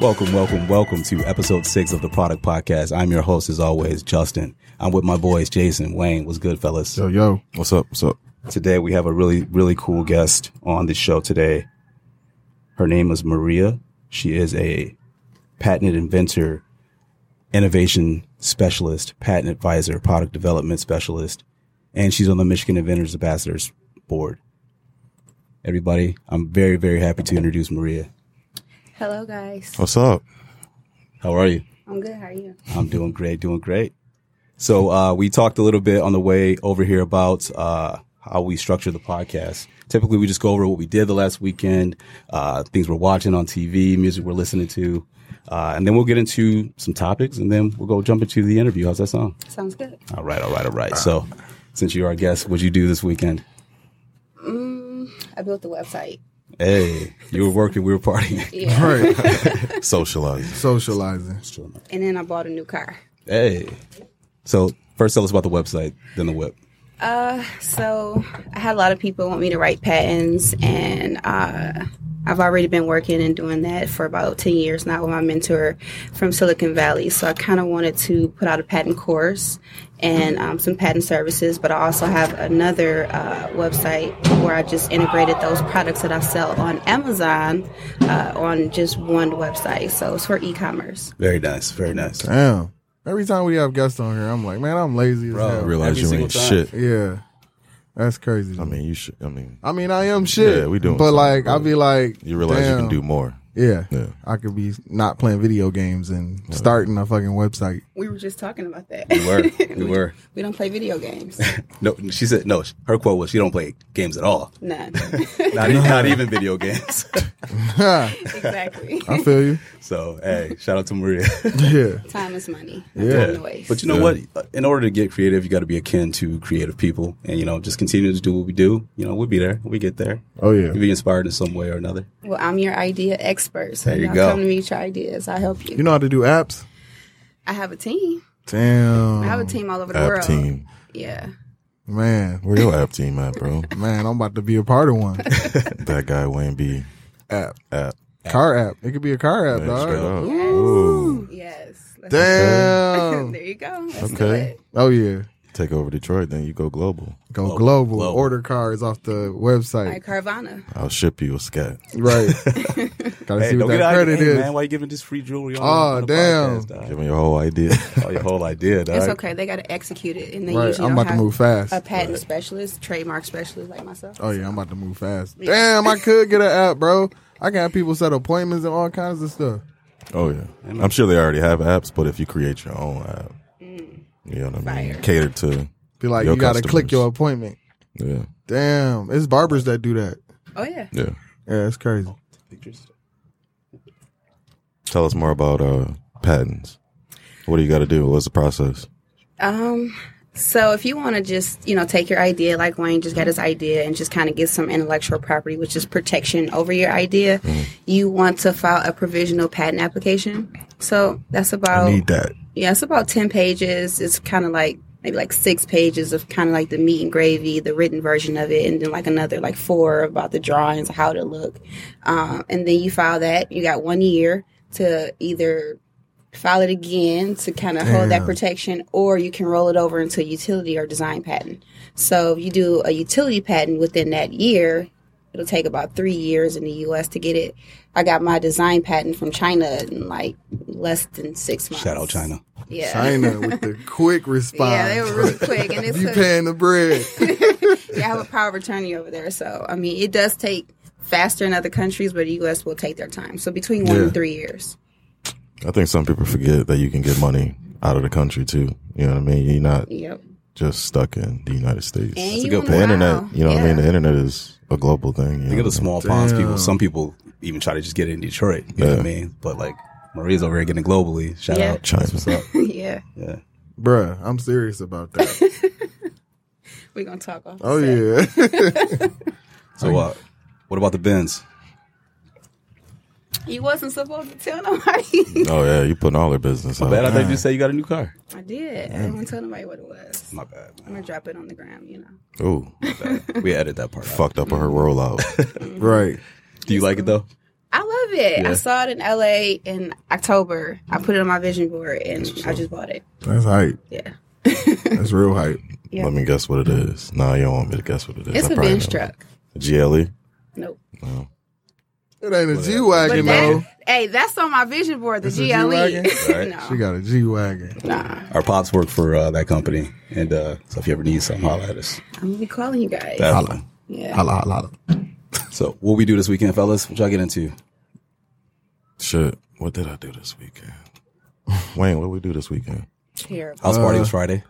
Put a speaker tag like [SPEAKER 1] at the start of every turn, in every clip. [SPEAKER 1] Welcome, welcome, welcome to episode six of the Product Podcast. I'm your host, as always, Justin. I'm with my boys, Jason, Wayne. What's good, fellas?
[SPEAKER 2] Yo, yo.
[SPEAKER 3] What's up? What's up?
[SPEAKER 1] Today, we have a really, really cool guest on the show today. Her name is Maria. She is a patented inventor, innovation specialist, patent advisor, product development specialist, and she's on the Michigan Inventors Ambassadors Board. Everybody, I'm very, very happy to introduce Maria.
[SPEAKER 4] Hello, guys.
[SPEAKER 3] What's up?
[SPEAKER 1] How are you?
[SPEAKER 4] I'm good. How are you?
[SPEAKER 1] I'm doing great, doing great. So uh, we talked a little bit on the way over here about uh, how we structure the podcast. Typically, we just go over what we did the last weekend, uh, things we're watching on TV, music we're listening to, uh, and then we'll get into some topics, and then we'll go jump into the interview. How's that sound?
[SPEAKER 4] Sounds good.
[SPEAKER 1] All right, all right, all right. So, since you're our guest, what'd you do this weekend?
[SPEAKER 4] I built the website.
[SPEAKER 1] Hey, you were working, we were partying.
[SPEAKER 4] Yeah.
[SPEAKER 2] Right.
[SPEAKER 3] Socializing.
[SPEAKER 2] Socializing.
[SPEAKER 4] And then I bought a new car.
[SPEAKER 1] Hey, so first tell us about the website, then the whip.
[SPEAKER 4] So I had a lot of people want me to write patents, and uh, I've already been working and doing that for about 10 years now with my mentor from Silicon Valley. So I kind of wanted to put out a patent course and um, some patent services, but I also have another uh, website where I just integrated those products that I sell on Amazon uh, on just one website. So it's for e commerce.
[SPEAKER 1] Very nice, very nice.
[SPEAKER 2] Damn. Every time we have guests on here, I'm like, man, I'm lazy as
[SPEAKER 3] I
[SPEAKER 2] hell.
[SPEAKER 3] realize
[SPEAKER 1] Every
[SPEAKER 3] you ain't
[SPEAKER 1] single
[SPEAKER 3] shit.
[SPEAKER 2] Yeah. That's crazy.
[SPEAKER 3] I mean, you should. I mean,
[SPEAKER 2] I mean, I am shit.
[SPEAKER 3] Yeah, we doing
[SPEAKER 2] But
[SPEAKER 3] something,
[SPEAKER 2] like,
[SPEAKER 3] bro.
[SPEAKER 2] I'll be like,
[SPEAKER 3] you realize you
[SPEAKER 2] damn.
[SPEAKER 3] can do more.
[SPEAKER 2] Yeah,
[SPEAKER 3] Yeah.
[SPEAKER 2] I could be not playing video games and starting a fucking website.
[SPEAKER 4] We were just talking about that.
[SPEAKER 1] We were, we were.
[SPEAKER 4] We don't play video games.
[SPEAKER 1] No, she said no. sh- Her quote was, "She don't play games at all,
[SPEAKER 4] None.
[SPEAKER 1] not, e-, not even video games."
[SPEAKER 4] exactly.
[SPEAKER 2] I feel you.
[SPEAKER 1] so, hey, shout out to Maria.
[SPEAKER 2] Yeah,
[SPEAKER 4] Time is money.
[SPEAKER 2] Yeah.
[SPEAKER 4] Time to waste.
[SPEAKER 1] But you know what? In order to get creative, you got to be akin to creative people, and you know, just continue to do what we do. You know, we'll be there. We get there.
[SPEAKER 2] Oh, yeah.
[SPEAKER 1] You'll be inspired in some way or another.
[SPEAKER 4] well, I'm your idea expert. So
[SPEAKER 1] There you
[SPEAKER 4] y'all
[SPEAKER 1] go.
[SPEAKER 4] come to me with your ideas. I help you.
[SPEAKER 2] you know how to do apps.
[SPEAKER 4] I have a team. I have
[SPEAKER 2] Damn,
[SPEAKER 4] a team all over the
[SPEAKER 3] App
[SPEAKER 4] world.
[SPEAKER 3] team.
[SPEAKER 4] Yeah.
[SPEAKER 2] man,
[SPEAKER 3] Where your app team at, bro?
[SPEAKER 2] man, I'm about to be a part of one
[SPEAKER 3] that guy Wayne B.
[SPEAKER 2] app,
[SPEAKER 3] App.
[SPEAKER 2] car app. It could be a car app,
[SPEAKER 3] Man, straight
[SPEAKER 2] dog.
[SPEAKER 3] up.
[SPEAKER 4] Yes.
[SPEAKER 3] Ooh.
[SPEAKER 4] Yes. Let's-
[SPEAKER 2] Damn.
[SPEAKER 4] there you go. Let's do
[SPEAKER 3] Okay.
[SPEAKER 4] it.
[SPEAKER 2] Oh yeah,
[SPEAKER 3] Take over Detroit, then you go global.
[SPEAKER 2] go
[SPEAKER 1] Global,
[SPEAKER 2] global.
[SPEAKER 1] global.
[SPEAKER 2] Order cars off the website.
[SPEAKER 4] Like Carvana.
[SPEAKER 3] I'll ship you a scat.
[SPEAKER 2] Right. Gotta see what that credit is.
[SPEAKER 1] Why you giving this free jewelry? On,
[SPEAKER 2] Oh,
[SPEAKER 1] on the
[SPEAKER 2] damn.
[SPEAKER 1] podcast, dog?
[SPEAKER 3] Give me your whole idea.
[SPEAKER 1] Oh, your whole idea. Dog.
[SPEAKER 4] It's okay. They got to execute it. And they
[SPEAKER 2] Right.
[SPEAKER 4] usually
[SPEAKER 2] I'm
[SPEAKER 4] don't
[SPEAKER 2] about to
[SPEAKER 4] have
[SPEAKER 2] move fast.
[SPEAKER 4] a patent specialist, trademark specialist like myself.
[SPEAKER 2] Oh yeah, I'm about to move fast. Damn, I could get an app, bro. I can have people set appointments and all kinds of stuff.
[SPEAKER 3] oh yeah, I'm sure they already have apps, but if you create your own app,
[SPEAKER 2] Mm.
[SPEAKER 3] you know what I mean.
[SPEAKER 4] Fire.
[SPEAKER 3] Cater to.
[SPEAKER 2] Be like,
[SPEAKER 3] Your
[SPEAKER 2] you gotta click
[SPEAKER 3] customers.
[SPEAKER 2] your appointment.
[SPEAKER 3] Yeah.
[SPEAKER 2] Damn, it's barbers that do that.
[SPEAKER 4] Oh, yeah.
[SPEAKER 3] Yeah.
[SPEAKER 2] Yeah, it's crazy.
[SPEAKER 3] Tell us more about uh patents. What do you got to do? What's the process?
[SPEAKER 4] Um, so if you want to just, you know, take your idea, like Wayne just got his idea, and just kind of get some intellectual property, which is protection over your idea, you want to file a provisional patent application. So that's
[SPEAKER 2] Oh.
[SPEAKER 4] about
[SPEAKER 3] that.
[SPEAKER 4] yeah, it's about 10 pages. It's kind of like maybe like six pages of kind of like the meat and gravy, the written version of it, and then like another like four about the drawings, how to look. Um, and then you file that. You got one year to either file it again to kind of hold that protection, or you can roll it over into a utility or design patent. So if you do a utility patent within that year, it'll take about three years in the U.S. to get it. I got my design patent from China in like less than six months.
[SPEAKER 1] Shout out China.
[SPEAKER 4] Yeah.
[SPEAKER 2] China with the quick response.
[SPEAKER 4] Yeah, they were really quick, and it's
[SPEAKER 2] you
[SPEAKER 4] a-
[SPEAKER 2] paying the bread.
[SPEAKER 4] they have a power of attorney over there. So I mean, it does take faster in other countries, but the U.S. will take their time. So between one and three years.
[SPEAKER 3] I think some people forget that you can get money out of the country too. You know what I mean? You're not
[SPEAKER 4] Yep.
[SPEAKER 3] just stuck in the United States.
[SPEAKER 4] And you
[SPEAKER 1] good
[SPEAKER 4] on
[SPEAKER 3] the
[SPEAKER 4] the
[SPEAKER 3] internet,
[SPEAKER 4] wild.
[SPEAKER 3] you know what I mean?
[SPEAKER 4] Yeah.
[SPEAKER 3] The internet is a global thing.
[SPEAKER 1] Think of
[SPEAKER 3] You know
[SPEAKER 1] the
[SPEAKER 3] what I mean?
[SPEAKER 1] small
[SPEAKER 2] Oh,
[SPEAKER 1] ponds people. Some people even try to just get it in Detroit. You know what I mean? But like Maria's over here getting it globally. Shout
[SPEAKER 4] Yeah.
[SPEAKER 1] out.
[SPEAKER 3] China.
[SPEAKER 1] That's what's up.
[SPEAKER 4] yeah.
[SPEAKER 1] Yeah.
[SPEAKER 2] Bruh, I'm serious about that.
[SPEAKER 4] We're gonna talk off.
[SPEAKER 2] Oh
[SPEAKER 4] set.
[SPEAKER 2] yeah.
[SPEAKER 1] So uh, what about the bins?
[SPEAKER 4] You wasn't supposed to tell nobody.
[SPEAKER 3] Oh yeah, you putting all their business out.
[SPEAKER 1] Bad, I think you said you got a new car.
[SPEAKER 4] I did. I didn't tell nobody what it was.
[SPEAKER 1] My bad.
[SPEAKER 4] I'm gonna drop it on the gram, you know.
[SPEAKER 3] Ooh,
[SPEAKER 1] We edit that part. Out.
[SPEAKER 3] fucked up her rollout.
[SPEAKER 2] right.
[SPEAKER 1] Do you like it though?
[SPEAKER 4] I love it.
[SPEAKER 1] Yeah.
[SPEAKER 4] I saw it in LA in October. I put it on my vision board and I just bought it.
[SPEAKER 2] That's hype.
[SPEAKER 4] Yeah.
[SPEAKER 2] That's real hype.
[SPEAKER 4] Yeah.
[SPEAKER 3] Let me guess what it is. No, you don't want me to guess what it is.
[SPEAKER 4] It's
[SPEAKER 3] I
[SPEAKER 4] a
[SPEAKER 3] probably
[SPEAKER 4] bench
[SPEAKER 3] know. E?
[SPEAKER 4] truck.
[SPEAKER 3] GLE.
[SPEAKER 4] Nope.
[SPEAKER 2] It ain't a G wagon
[SPEAKER 4] But
[SPEAKER 2] though.
[SPEAKER 4] that, hey, that's on my vision board, the
[SPEAKER 2] It's a G-Wagon?
[SPEAKER 4] GLE.
[SPEAKER 1] Right.
[SPEAKER 4] no.
[SPEAKER 2] She got a G wagon.
[SPEAKER 4] Nah.
[SPEAKER 1] Our pops work for uh, that company, and uh, so if you ever need something, holla at us.
[SPEAKER 4] I'm gonna be calling you guys.
[SPEAKER 1] Definitely.
[SPEAKER 4] yeah.
[SPEAKER 2] Holla, holla, holla.
[SPEAKER 1] So what we do this weekend, fellas? What y'all get into?
[SPEAKER 3] Shit. What did I do this weekend? Wayne, what we do this weekend?
[SPEAKER 4] Terrible.
[SPEAKER 1] House party was Friday.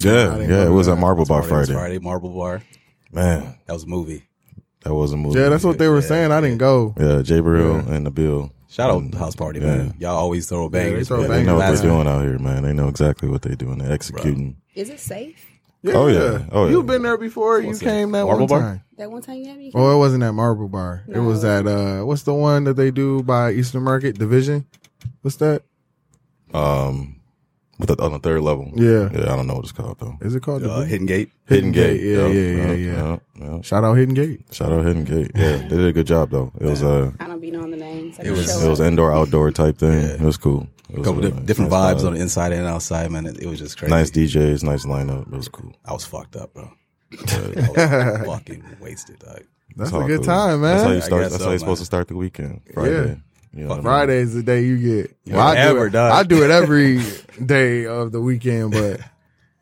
[SPEAKER 3] Yeah, yeah. It was at Marble Bar
[SPEAKER 1] Party was
[SPEAKER 3] Friday.
[SPEAKER 1] Uh, Friday. Marble Bar.
[SPEAKER 3] Man,
[SPEAKER 1] That was a movie.
[SPEAKER 3] that was a movie.
[SPEAKER 2] Yeah, that's what they were saying. I didn't go.
[SPEAKER 3] Yeah, Jay Burrell and the Bill.
[SPEAKER 1] Shout out to House Party, man. Y'all always throw bangers.
[SPEAKER 2] throw
[SPEAKER 1] but
[SPEAKER 3] They
[SPEAKER 2] bangers.
[SPEAKER 3] know what
[SPEAKER 1] last
[SPEAKER 3] they're doing out here, man. They know exactly what they're doing. They're executing.
[SPEAKER 4] Is it safe?
[SPEAKER 3] Oh, yeah. Oh, yeah.
[SPEAKER 2] You've been there before. You came that
[SPEAKER 1] Marble
[SPEAKER 2] one
[SPEAKER 1] Bar?
[SPEAKER 2] time.
[SPEAKER 4] That one time you had me?
[SPEAKER 2] Oh, it wasn't at Marble Bar. It was
[SPEAKER 4] No.
[SPEAKER 2] at uh, what's the one that they do by Eastern Market Division? What's that?
[SPEAKER 3] Um, with the, on the third level.
[SPEAKER 2] Yeah.
[SPEAKER 3] Yeah, I don't know what it's called though.
[SPEAKER 2] Is it called?
[SPEAKER 1] uh,
[SPEAKER 2] Division?
[SPEAKER 1] Hidden Gate.
[SPEAKER 2] Hidden Gate. Yeah, yeah,
[SPEAKER 3] Yup,
[SPEAKER 2] yeah,
[SPEAKER 3] yup,
[SPEAKER 2] yeah.
[SPEAKER 3] yup, yup.
[SPEAKER 2] Shout out Hidden Gate.
[SPEAKER 3] Shout out Hidden Gate. Yeah, they did a good job though. It was uh,
[SPEAKER 4] I don't be knowing the names. I
[SPEAKER 1] It
[SPEAKER 4] just
[SPEAKER 1] was-
[SPEAKER 4] show
[SPEAKER 3] it was
[SPEAKER 4] up.
[SPEAKER 3] indoor outdoor type thing. It was cool. It was
[SPEAKER 1] Couple
[SPEAKER 3] really
[SPEAKER 1] di-
[SPEAKER 3] nice.
[SPEAKER 1] different
[SPEAKER 3] Nice
[SPEAKER 1] vibes
[SPEAKER 3] vibe.
[SPEAKER 1] on the inside and outside, man. It, it was just crazy.
[SPEAKER 3] Nice DJs, nice lineup. It was cool.
[SPEAKER 1] I was fucked up, bro. I was fucking wasted, dog.
[SPEAKER 2] That's
[SPEAKER 3] It's all
[SPEAKER 2] a good
[SPEAKER 3] cool.
[SPEAKER 2] time,
[SPEAKER 3] That's how you
[SPEAKER 2] man.
[SPEAKER 3] start.
[SPEAKER 1] guess
[SPEAKER 3] That's
[SPEAKER 1] so,
[SPEAKER 3] how you're
[SPEAKER 1] man.
[SPEAKER 3] supposed to start the weekend. Friday. Yeah. You know what I mean?
[SPEAKER 2] Friday's the day you get.
[SPEAKER 1] Yeah,
[SPEAKER 2] I
[SPEAKER 1] ever,
[SPEAKER 2] do it,
[SPEAKER 1] dog.
[SPEAKER 2] I do it every day of the weekend, but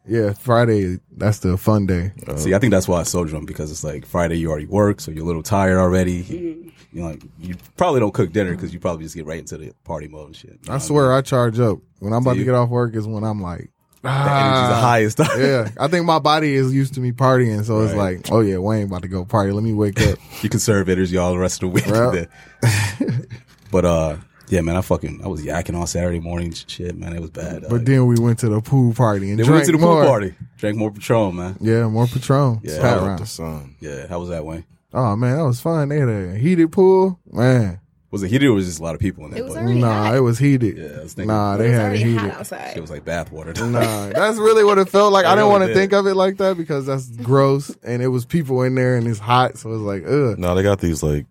[SPEAKER 2] yeah, Friday that's the fun day.
[SPEAKER 1] See, I think that's why I sold them because it's like Friday you already work, so you're a little tired already. You know, like you probably don't cook dinner because you probably just get right into the party mode and shit. You know
[SPEAKER 2] I
[SPEAKER 1] what
[SPEAKER 2] swear I charge up when I'm about to
[SPEAKER 1] you-
[SPEAKER 2] get off work is when I'm like,
[SPEAKER 1] mean? the energy's the
[SPEAKER 2] ah,
[SPEAKER 1] highest.
[SPEAKER 2] yeah. I think my body is used to me partying, so it's
[SPEAKER 1] Right.
[SPEAKER 2] like, oh yeah, Wayne about to go party. Let me wake up.
[SPEAKER 1] you can serve hitters y'all the rest of the week.
[SPEAKER 2] Right.
[SPEAKER 1] but uh, yeah, man, I fucking I was yakking all Saturday morning. sh- Shit, man, it was bad.
[SPEAKER 2] But then we went to the pool party and
[SPEAKER 1] they
[SPEAKER 2] drank
[SPEAKER 1] went to the pool
[SPEAKER 2] more.
[SPEAKER 1] party, drank more Patron, man.
[SPEAKER 2] Yeah, more Patron.
[SPEAKER 1] Yeah. Oh.
[SPEAKER 2] Pat
[SPEAKER 3] Out with the
[SPEAKER 2] round.
[SPEAKER 3] sun.
[SPEAKER 1] Yeah, how was that Wayne?
[SPEAKER 2] Oh man, that was fun. They had a heated pool. Man,
[SPEAKER 1] Was it heated or was it just a lot of people in that
[SPEAKER 4] It was
[SPEAKER 1] place?
[SPEAKER 4] already
[SPEAKER 2] nah,
[SPEAKER 4] hot.
[SPEAKER 2] it was heated.
[SPEAKER 1] Yeah, I was thinking-
[SPEAKER 2] nah,
[SPEAKER 4] It
[SPEAKER 2] they
[SPEAKER 4] was
[SPEAKER 2] had it
[SPEAKER 4] already hot
[SPEAKER 2] heated.
[SPEAKER 4] outside.
[SPEAKER 1] It was like bathwater.
[SPEAKER 2] Nah, that's really what it felt like. I didn't
[SPEAKER 1] really
[SPEAKER 2] want to
[SPEAKER 1] did.
[SPEAKER 2] think of it like that because that's gross. And it was people in there and it's hot, so it's like, ugh.
[SPEAKER 3] No, they got these like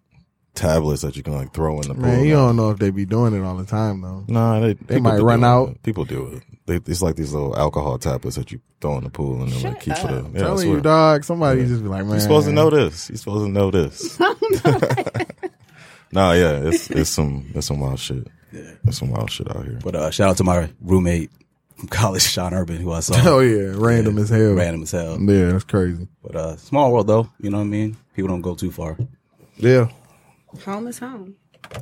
[SPEAKER 3] tablets that you can like throw in the pool.
[SPEAKER 2] Man, you don't know if they be doing it all the time though.
[SPEAKER 3] Nah, they, people
[SPEAKER 2] might
[SPEAKER 3] do
[SPEAKER 2] run
[SPEAKER 3] it.
[SPEAKER 2] out.
[SPEAKER 3] People do it. They, it's like these little alcohol tablets that you throw in the pool and then
[SPEAKER 4] Shut
[SPEAKER 3] like, keep it
[SPEAKER 4] up.
[SPEAKER 3] up. Yeah, I
[SPEAKER 2] Telling
[SPEAKER 3] swear.
[SPEAKER 2] you, dog, somebody just be like, man,
[SPEAKER 3] You're supposed to know this. You're supposed to know this. nah, yeah, it's it's some it's some wild shit. Yeah, it's some wild shit out here.
[SPEAKER 1] But uh, shout out to my roommate from college, Sean Urban, who I saw
[SPEAKER 2] Oh yeah, random as hell.
[SPEAKER 1] random as hell.
[SPEAKER 2] Yeah, that's crazy.
[SPEAKER 1] But uh, small world though, you know what I mean. People don't go too far.
[SPEAKER 2] Yeah,
[SPEAKER 4] home is home.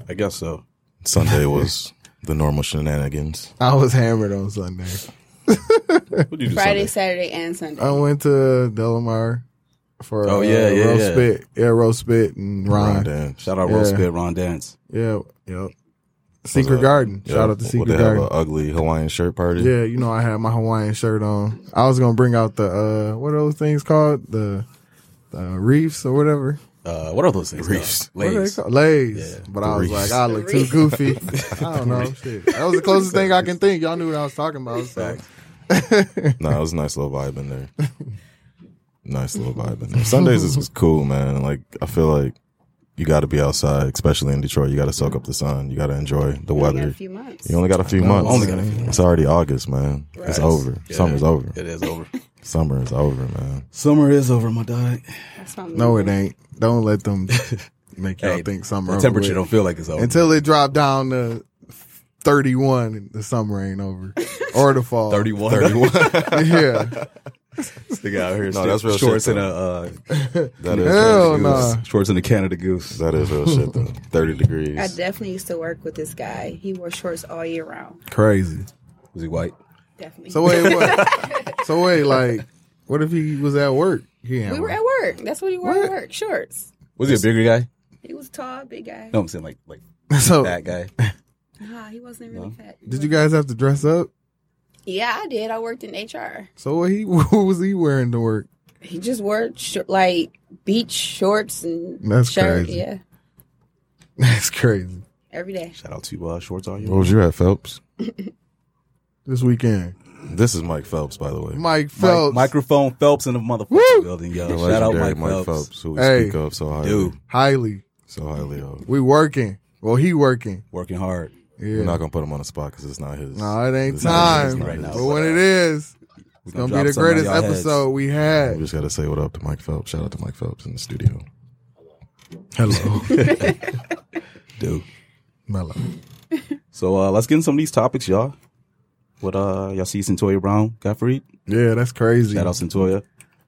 [SPEAKER 1] I guess so.
[SPEAKER 3] Sunday was the normal shenanigans.
[SPEAKER 2] I was hammered on Sunday.
[SPEAKER 1] What do you do
[SPEAKER 4] Friday,
[SPEAKER 1] Sunday?
[SPEAKER 4] Saturday, and Sunday.
[SPEAKER 2] I went to Delamar for
[SPEAKER 1] Oh,
[SPEAKER 2] uh,
[SPEAKER 1] yeah, yeah,
[SPEAKER 2] roast
[SPEAKER 1] yeah.
[SPEAKER 2] spit, yeah, roast spit and
[SPEAKER 3] Ron
[SPEAKER 2] Ron.
[SPEAKER 3] dance.
[SPEAKER 1] Shout out Roast
[SPEAKER 2] Yeah.
[SPEAKER 1] Pit, Ron Dance.
[SPEAKER 2] Yeah, yep. Secret
[SPEAKER 3] up?
[SPEAKER 2] Garden.
[SPEAKER 3] Yeah,
[SPEAKER 2] Shout out to
[SPEAKER 3] what-
[SPEAKER 2] Secret
[SPEAKER 3] They have
[SPEAKER 2] Garden.
[SPEAKER 3] an ugly Hawaiian shirt party.
[SPEAKER 2] Yeah, you know I had my Hawaiian shirt on. I was gonna bring out the uh what are those things called? The the reefs or whatever.
[SPEAKER 1] Uh, what are those things?
[SPEAKER 3] Reefs.
[SPEAKER 1] called? Lays.
[SPEAKER 2] What are they called? Lays. but I was like,
[SPEAKER 3] reefs.
[SPEAKER 2] I look
[SPEAKER 4] The
[SPEAKER 2] too
[SPEAKER 4] reefs.
[SPEAKER 2] goofy. I don't know. Shit. That was the closest thing I can think. Y'all knew what I was talking about. So.
[SPEAKER 1] Facts.
[SPEAKER 3] No, it was a nice little vibe in there. nice little vibe in there. Sundays is was cool, man. Like I feel like you got to be outside, especially in Detroit. You got to soak up the sun. You got to enjoy the
[SPEAKER 4] We got a
[SPEAKER 3] weather.
[SPEAKER 4] few months.
[SPEAKER 3] You only got a few months.
[SPEAKER 1] only got a few
[SPEAKER 3] It's already August, man. It's over.
[SPEAKER 1] Yeah.
[SPEAKER 3] Summer's over.
[SPEAKER 1] It is over.
[SPEAKER 3] Summer is over, man.
[SPEAKER 1] Summer is over, my dog.
[SPEAKER 4] That's what I'm
[SPEAKER 2] No, it
[SPEAKER 4] doing.
[SPEAKER 2] ain't. Don't let them make y'all
[SPEAKER 1] Hey,
[SPEAKER 2] think summer.
[SPEAKER 1] The
[SPEAKER 2] over
[SPEAKER 1] temperature
[SPEAKER 2] with.
[SPEAKER 1] don't feel like it's over.
[SPEAKER 2] until it dropped down to thirty one. The summer ain't over or the fall.
[SPEAKER 1] 31. 31.
[SPEAKER 2] Yeah,
[SPEAKER 1] they got out here.
[SPEAKER 3] No, that's real
[SPEAKER 1] Shorts
[SPEAKER 3] shit,
[SPEAKER 1] and a uh,
[SPEAKER 3] That is
[SPEAKER 2] Hell
[SPEAKER 3] real
[SPEAKER 2] nah.
[SPEAKER 3] goose.
[SPEAKER 1] shorts and a Canada Goose.
[SPEAKER 3] That is real shit though. Thirty
[SPEAKER 4] I
[SPEAKER 3] degrees.
[SPEAKER 4] definitely used to work with this guy. He wore shorts all year round.
[SPEAKER 2] crazy.
[SPEAKER 1] Was he white?
[SPEAKER 4] Definitely.
[SPEAKER 2] So wait, what? so wait, like, what if he was at work? He ain't
[SPEAKER 4] we were
[SPEAKER 2] work.
[SPEAKER 4] at work. That's what he wore
[SPEAKER 2] What?
[SPEAKER 4] at work. Shorts.
[SPEAKER 1] Was he a bigger guy?
[SPEAKER 4] He was tall, big guy.
[SPEAKER 1] No, I'm saying like like
[SPEAKER 2] So
[SPEAKER 1] that guy.
[SPEAKER 4] Nah, he wasn't really fat.
[SPEAKER 2] did you guys have to dress up?
[SPEAKER 4] Yeah, I did. I worked in HR.
[SPEAKER 2] So what he what was he wearing to work?
[SPEAKER 4] He just wore shor- like beach shorts and
[SPEAKER 2] That's
[SPEAKER 4] shirt.
[SPEAKER 2] crazy.
[SPEAKER 4] Yeah,
[SPEAKER 2] That's crazy.
[SPEAKER 4] every day.
[SPEAKER 1] Shout out to uh, Shorts on
[SPEAKER 3] What
[SPEAKER 1] you.
[SPEAKER 3] was you at, Phelps?
[SPEAKER 2] This weekend,
[SPEAKER 3] This is Mike Phelps, by the way.
[SPEAKER 2] Mike Phelps.
[SPEAKER 1] microphone Phelps in the motherfucking
[SPEAKER 2] Woo!
[SPEAKER 1] building, yo.
[SPEAKER 3] The
[SPEAKER 1] Shout out
[SPEAKER 3] legendary
[SPEAKER 1] Mike, Phelps.
[SPEAKER 3] who we
[SPEAKER 2] Hey.
[SPEAKER 3] speak of so highly.
[SPEAKER 1] Dude,
[SPEAKER 2] highly.
[SPEAKER 3] So highly of.
[SPEAKER 2] We working. Well, he working.
[SPEAKER 1] working hard.
[SPEAKER 3] We're
[SPEAKER 2] Yeah.
[SPEAKER 3] not going to put him on the spot because it's not his.
[SPEAKER 2] no, it ain't
[SPEAKER 3] it's not his,
[SPEAKER 2] time.
[SPEAKER 3] it's not his.
[SPEAKER 2] but when it is,
[SPEAKER 1] We're
[SPEAKER 2] it's gonna, be the
[SPEAKER 1] drop something
[SPEAKER 2] greatest
[SPEAKER 1] on y'all heads.
[SPEAKER 2] episode we
[SPEAKER 3] We
[SPEAKER 2] had.
[SPEAKER 3] just got to say what up to Mike Phelps. Shout out to Mike Phelps in the studio.
[SPEAKER 2] Hello,
[SPEAKER 1] Dude.
[SPEAKER 2] Mellow.
[SPEAKER 1] So uh, let's get into some of these topics, y'all. What uh y'all see Centoya Brown got freed?
[SPEAKER 2] Yeah, that's crazy.
[SPEAKER 1] Shout out Centoya.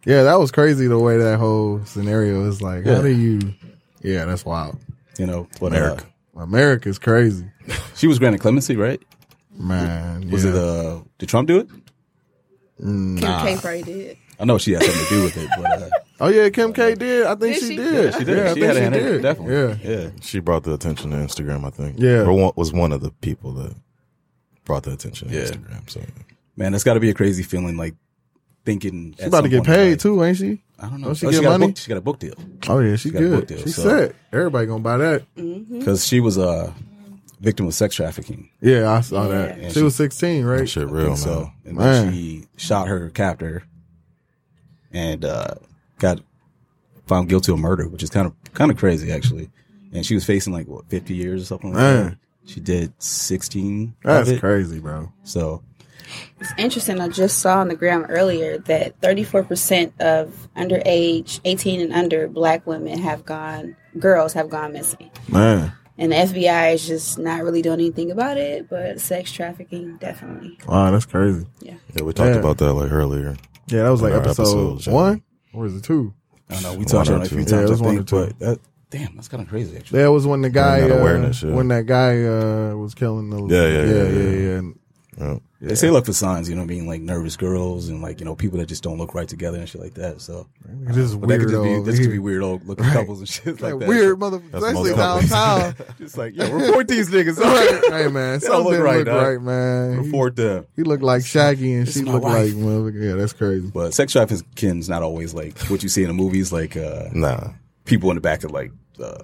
[SPEAKER 2] Yeah, that was crazy the way that whole scenario is like.
[SPEAKER 1] Yeah.
[SPEAKER 2] How do you? Yeah, that's wild.
[SPEAKER 1] You know, what uh,
[SPEAKER 3] Merrick.
[SPEAKER 2] America's crazy,
[SPEAKER 1] she was granted clemency, right?
[SPEAKER 2] man.
[SPEAKER 1] Was
[SPEAKER 2] yeah.
[SPEAKER 1] it uh did Trump do it?
[SPEAKER 4] Kim K probably did.
[SPEAKER 1] I know she had something to do with it, but uh,
[SPEAKER 2] Oh yeah, Kim K did. I think
[SPEAKER 4] Did
[SPEAKER 2] she,
[SPEAKER 4] she?
[SPEAKER 2] did.
[SPEAKER 4] Yeah,
[SPEAKER 1] she did.
[SPEAKER 2] Yeah, I
[SPEAKER 1] she
[SPEAKER 2] think
[SPEAKER 1] had
[SPEAKER 2] she
[SPEAKER 1] it in her,
[SPEAKER 2] did.
[SPEAKER 1] definitely.
[SPEAKER 2] Yeah.
[SPEAKER 1] yeah.
[SPEAKER 3] She brought the attention to Instagram, I think.
[SPEAKER 2] Yeah.
[SPEAKER 3] Or one, was one of the people that brought the attention to
[SPEAKER 1] Yeah.
[SPEAKER 3] Instagram. So
[SPEAKER 1] Man, that's got to be a crazy feeling, like thinking
[SPEAKER 2] She about to get paid too, ain't she?
[SPEAKER 1] I don't know.
[SPEAKER 2] Don't she
[SPEAKER 1] Oh,
[SPEAKER 2] get
[SPEAKER 1] got a
[SPEAKER 2] money?
[SPEAKER 1] book- she got a book deal
[SPEAKER 2] Oh yeah, she,
[SPEAKER 1] She got a book
[SPEAKER 2] good.
[SPEAKER 1] deal,
[SPEAKER 2] she
[SPEAKER 1] so-
[SPEAKER 2] said everybody gonna buy that.
[SPEAKER 1] because she was a victim of sex trafficking.
[SPEAKER 2] Yeah, I saw that.
[SPEAKER 1] Yeah.
[SPEAKER 2] she, was sixteen,
[SPEAKER 3] that
[SPEAKER 2] right?
[SPEAKER 3] shit
[SPEAKER 1] I
[SPEAKER 3] real, man.
[SPEAKER 1] think so and
[SPEAKER 2] Man.
[SPEAKER 1] then she shot her captor and uh, got found guilty of murder, which is kind of kind of crazy actually. And she was facing like what fifty years or something. like
[SPEAKER 2] Man.
[SPEAKER 1] that. She did sixteen. of
[SPEAKER 2] That's
[SPEAKER 1] it.
[SPEAKER 2] crazy, bro.
[SPEAKER 1] So
[SPEAKER 4] It's interesting. I just saw on the gram earlier that 34% of underage, 18 and under black women have gone, girls have gone missing.
[SPEAKER 2] Man,
[SPEAKER 4] And the FBI is just not really doing anything about it, but sex trafficking, definitely.
[SPEAKER 2] wow, that's crazy.
[SPEAKER 3] Yeah, we talked
[SPEAKER 2] Yeah.
[SPEAKER 3] about that like earlier.
[SPEAKER 2] Yeah, that was like
[SPEAKER 3] Another
[SPEAKER 2] episode
[SPEAKER 3] episode, yeah.
[SPEAKER 2] one or is it two?
[SPEAKER 1] I don't know. We touched
[SPEAKER 3] or
[SPEAKER 1] on it a
[SPEAKER 3] two.
[SPEAKER 1] few
[SPEAKER 3] Yeah,
[SPEAKER 2] it
[SPEAKER 1] times.
[SPEAKER 2] was
[SPEAKER 1] I
[SPEAKER 2] one
[SPEAKER 1] think,
[SPEAKER 2] or two.
[SPEAKER 1] but that, damn, that's kind of crazy actually.
[SPEAKER 2] That was when the guy,
[SPEAKER 3] that
[SPEAKER 2] uh,
[SPEAKER 3] awareness, yeah.
[SPEAKER 2] when that guy uh, was killing the.
[SPEAKER 3] Yeah, yeah, yeah,
[SPEAKER 2] yeah,
[SPEAKER 3] yeah.
[SPEAKER 2] yeah, yeah.
[SPEAKER 3] Yeah.
[SPEAKER 1] They say look for signs, you know what I mean, like nervous girls and like you know people that just don't look right together and shit like that. So
[SPEAKER 2] This is
[SPEAKER 1] but that could just
[SPEAKER 2] weird.
[SPEAKER 1] be this could be
[SPEAKER 2] Like,
[SPEAKER 1] weird old looking couples and shit like, that.
[SPEAKER 2] weird motherfucker.
[SPEAKER 3] That's
[SPEAKER 2] Especially
[SPEAKER 3] motherfuckers.
[SPEAKER 2] downtown.
[SPEAKER 1] Just like yeah, report these niggas.
[SPEAKER 2] right. Hey man,
[SPEAKER 1] Don't look
[SPEAKER 2] something look
[SPEAKER 1] right,
[SPEAKER 2] right,
[SPEAKER 1] dog.
[SPEAKER 2] man. He,
[SPEAKER 1] report them.
[SPEAKER 2] he looked like Shaggy, and
[SPEAKER 1] This
[SPEAKER 2] she
[SPEAKER 1] is my
[SPEAKER 2] looked
[SPEAKER 1] wife.
[SPEAKER 2] like motherfucker. Yeah, that's crazy.
[SPEAKER 1] But sex trafficking's not always like what you see in the movies, like uh,
[SPEAKER 3] Nah.
[SPEAKER 1] people in the back of like uh,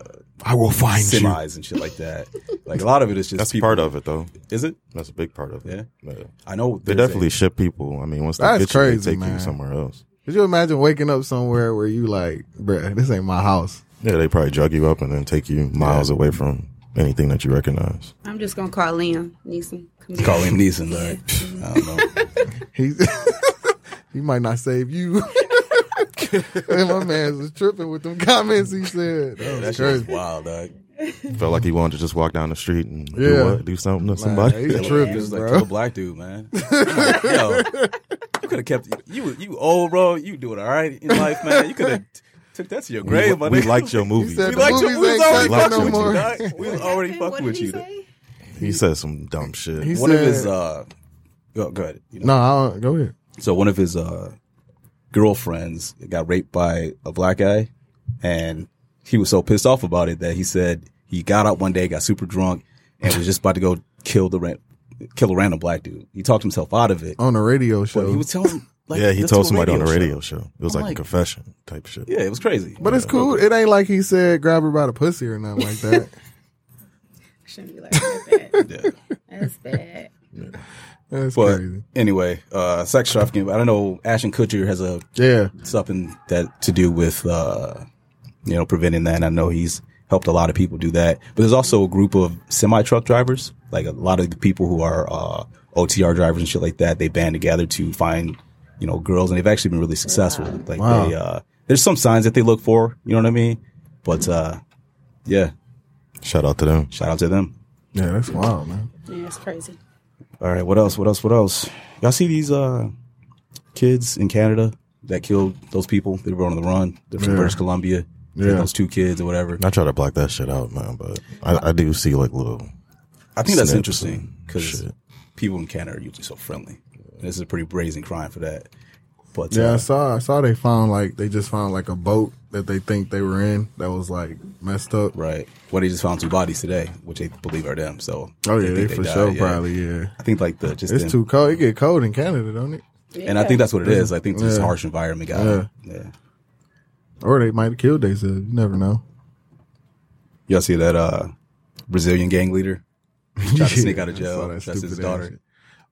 [SPEAKER 2] I will find
[SPEAKER 1] semis and shit like that. Like a lot of it is just
[SPEAKER 3] That's
[SPEAKER 1] people.
[SPEAKER 3] part of it, though.
[SPEAKER 1] Is it?
[SPEAKER 3] That's a big part of it. Yeah.
[SPEAKER 1] I know
[SPEAKER 3] They
[SPEAKER 1] there's
[SPEAKER 3] definitely
[SPEAKER 1] a-
[SPEAKER 3] ship people. I mean, once they
[SPEAKER 2] That's
[SPEAKER 3] get you,
[SPEAKER 2] crazy,
[SPEAKER 3] they take
[SPEAKER 2] man.
[SPEAKER 3] you somewhere else.
[SPEAKER 2] Could you imagine waking up somewhere where you like, bruh, this ain't my house?
[SPEAKER 3] Yeah, they probably drug you up and then take you miles away from anything that you recognize.
[SPEAKER 4] I'm just going to call Liam Neeson. Come here.
[SPEAKER 1] call him Neeson. Like, I don't know.
[SPEAKER 2] He's he might not save you. and my man was tripping with them comments he said. That
[SPEAKER 1] That
[SPEAKER 2] was
[SPEAKER 1] shit is
[SPEAKER 2] crazy.
[SPEAKER 1] wild, dog.
[SPEAKER 3] Felt like he wanted to just walk down the street and
[SPEAKER 2] Yeah.
[SPEAKER 3] do what? Do something to somebody.
[SPEAKER 2] he's
[SPEAKER 1] Yeah, like,
[SPEAKER 2] tripping,
[SPEAKER 1] this is like
[SPEAKER 2] bro.
[SPEAKER 1] kill a black dude, man. I'm like, yo, you could have kept you. You old, bro. You doing all right in life, man. You could have took that to your
[SPEAKER 3] we,
[SPEAKER 1] grave, my
[SPEAKER 3] we
[SPEAKER 1] nigga.
[SPEAKER 3] liked your movie.
[SPEAKER 2] He said
[SPEAKER 1] we
[SPEAKER 2] the
[SPEAKER 1] liked your.
[SPEAKER 2] movies
[SPEAKER 1] We was already
[SPEAKER 2] ain't
[SPEAKER 3] cut
[SPEAKER 1] fucking with
[SPEAKER 3] no
[SPEAKER 1] you.
[SPEAKER 3] more.
[SPEAKER 1] dog. We was already
[SPEAKER 4] Hey,
[SPEAKER 1] fucking
[SPEAKER 4] what
[SPEAKER 1] with
[SPEAKER 4] did he
[SPEAKER 1] you. dog.
[SPEAKER 4] say?
[SPEAKER 3] He said some dumb shit.
[SPEAKER 2] He
[SPEAKER 1] One of his
[SPEAKER 2] said-
[SPEAKER 1] uh, go, go ahead. You know.
[SPEAKER 2] no, I don't, go ahead.
[SPEAKER 1] So one of his uh, girlfriends got raped by a black guy, and he was so pissed off about it that he said he got out one day, got super drunk, and was just about to go kill the ran- kill a random black dude. He talked himself out of it,
[SPEAKER 2] On a radio show.
[SPEAKER 1] but
[SPEAKER 2] But,
[SPEAKER 1] he was telling like
[SPEAKER 3] yeah, he
[SPEAKER 1] this
[SPEAKER 3] told
[SPEAKER 1] to a
[SPEAKER 3] somebody on the radio show. It was
[SPEAKER 1] I'm
[SPEAKER 3] like,
[SPEAKER 1] like-
[SPEAKER 3] a confession type shit.
[SPEAKER 1] Yeah, it was crazy.
[SPEAKER 2] it's cool. It ain't like he said grab her by the pussy or nothing like that.
[SPEAKER 4] I shouldn't be like that.
[SPEAKER 1] Yeah.
[SPEAKER 4] That's bad.
[SPEAKER 2] That's
[SPEAKER 1] But
[SPEAKER 2] crazy.
[SPEAKER 1] anyway, uh, sex trafficking. I don't know. Ashton Kutcher has a
[SPEAKER 2] Yeah.
[SPEAKER 1] something that to do with uh, you know preventing that. And I know he's helped a lot of people do that, but there's also a group of semi truck drivers, like a lot of the people who are uh, OTR drivers and shit like that. They band together to find you know girls, and they've actually been really successful. Like
[SPEAKER 2] Wow.
[SPEAKER 1] they, uh, there's some signs that they look for. You know what I mean? But uh, yeah,
[SPEAKER 3] Shout out to them.
[SPEAKER 1] shout out to them.
[SPEAKER 2] Yeah, that's wild, man.
[SPEAKER 4] Yeah, that's crazy.
[SPEAKER 1] All right, what else? What else? What else? Y'all see these uh, kids in Canada that killed those people? They were on the run. They're from
[SPEAKER 2] Yeah.
[SPEAKER 1] British Columbia. Yeah.
[SPEAKER 2] Yeah.
[SPEAKER 1] Those two kids or whatever.
[SPEAKER 3] I try to block that shit out, man, but I, I do see like little.
[SPEAKER 1] I think that's
[SPEAKER 3] Snips
[SPEAKER 1] interesting because
[SPEAKER 3] shit.
[SPEAKER 1] people in Canada are usually so friendly. And this is a pretty brazen crime for that. But
[SPEAKER 2] Yeah, I
[SPEAKER 1] uh,
[SPEAKER 2] saw I saw they found like they just found like a boat that they think they were in that was like messed up.
[SPEAKER 1] right, well, they just found two bodies today, which they believe are them. So
[SPEAKER 2] Oh yeah,
[SPEAKER 1] think
[SPEAKER 2] they, for
[SPEAKER 1] died,
[SPEAKER 2] sure
[SPEAKER 1] yeah.
[SPEAKER 2] probably, yeah.
[SPEAKER 1] I think like the just
[SPEAKER 2] It's
[SPEAKER 1] in-
[SPEAKER 2] too cold. It get cold in Canada, don't it?
[SPEAKER 1] And I think that's what it is. I think this
[SPEAKER 2] Yeah.
[SPEAKER 1] harsh environment got yeah. yeah.
[SPEAKER 2] Or they might have killed themselves. You never know.
[SPEAKER 1] Y'all see that uh Brazilian gang leader tried to sneak out of
[SPEAKER 2] I saw
[SPEAKER 1] jail.
[SPEAKER 2] that
[SPEAKER 1] That's his
[SPEAKER 2] stupid-ass
[SPEAKER 1] daughter.
[SPEAKER 2] shit.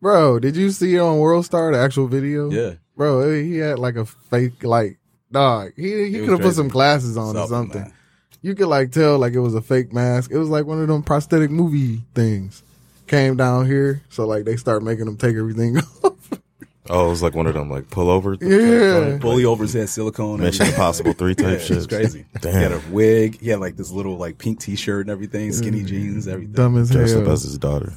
[SPEAKER 2] Bro, did you see on World Star the actual video?
[SPEAKER 1] Yeah.
[SPEAKER 2] Bro, he had like a fake like dog. He
[SPEAKER 1] was
[SPEAKER 2] he could have put
[SPEAKER 1] crazy.
[SPEAKER 2] some glasses on or something.
[SPEAKER 1] man.
[SPEAKER 2] You could like tell like it was a fake mask. It was like one of them prosthetic movie things. Came down here, so like they start making them take everything off.
[SPEAKER 3] Oh, it was like one of them like pullover.
[SPEAKER 2] yeah.
[SPEAKER 1] Bully over his head, silicone.
[SPEAKER 3] Mission
[SPEAKER 1] everything.
[SPEAKER 3] Impossible three
[SPEAKER 1] Yeah,
[SPEAKER 3] type
[SPEAKER 1] it
[SPEAKER 3] shit.
[SPEAKER 1] was crazy. He had
[SPEAKER 3] Damn.
[SPEAKER 1] a wig. He had like this little like pink T-shirt and everything, skinny jeans, everything.
[SPEAKER 2] Dumb as
[SPEAKER 3] Dressed up
[SPEAKER 2] hell.
[SPEAKER 3] as his daughter.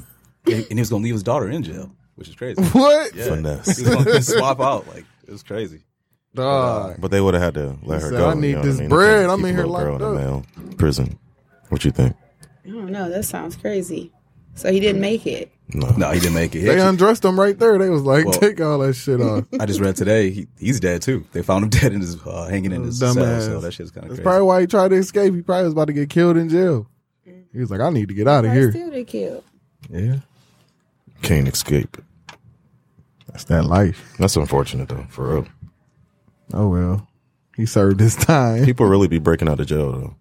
[SPEAKER 1] And and he was gonna leave his daughter in jail, which is crazy.
[SPEAKER 2] What?
[SPEAKER 1] Yeah.
[SPEAKER 3] Finesse.
[SPEAKER 1] He was gonna swap out. Like it was crazy.
[SPEAKER 2] Dog.
[SPEAKER 3] But they would have had to let
[SPEAKER 2] He said,
[SPEAKER 3] her go.
[SPEAKER 2] "I need
[SPEAKER 3] you know what
[SPEAKER 2] this
[SPEAKER 3] I mean? They
[SPEAKER 2] bread.
[SPEAKER 3] can't
[SPEAKER 2] I'm
[SPEAKER 3] keep
[SPEAKER 2] in
[SPEAKER 3] a
[SPEAKER 2] here
[SPEAKER 3] little
[SPEAKER 2] locked
[SPEAKER 3] girl in a male prison. What you think?
[SPEAKER 4] I don't know. That sounds crazy. So he didn't make it.
[SPEAKER 3] No.
[SPEAKER 1] No, he didn't make it. He
[SPEAKER 2] They
[SPEAKER 1] actually-
[SPEAKER 2] undressed him right there. They was like,
[SPEAKER 1] Well-
[SPEAKER 2] take all that shit off.
[SPEAKER 1] I just read today he, he's dead too. They found him dead in his uh, hanging in his cell.
[SPEAKER 2] Dumbass.
[SPEAKER 1] So that shit's kind of
[SPEAKER 2] That's
[SPEAKER 1] crazy.
[SPEAKER 2] probably why he tried to escape. He probably was about to get killed in jail. He was like, I need to get out of
[SPEAKER 4] Probably
[SPEAKER 2] here.
[SPEAKER 4] still they killed.
[SPEAKER 2] Yeah.
[SPEAKER 3] Can't escape.
[SPEAKER 2] That's that life.
[SPEAKER 3] That's unfortunate though, for real.
[SPEAKER 2] Oh well. He served his time.
[SPEAKER 3] People really be breaking out of jail though.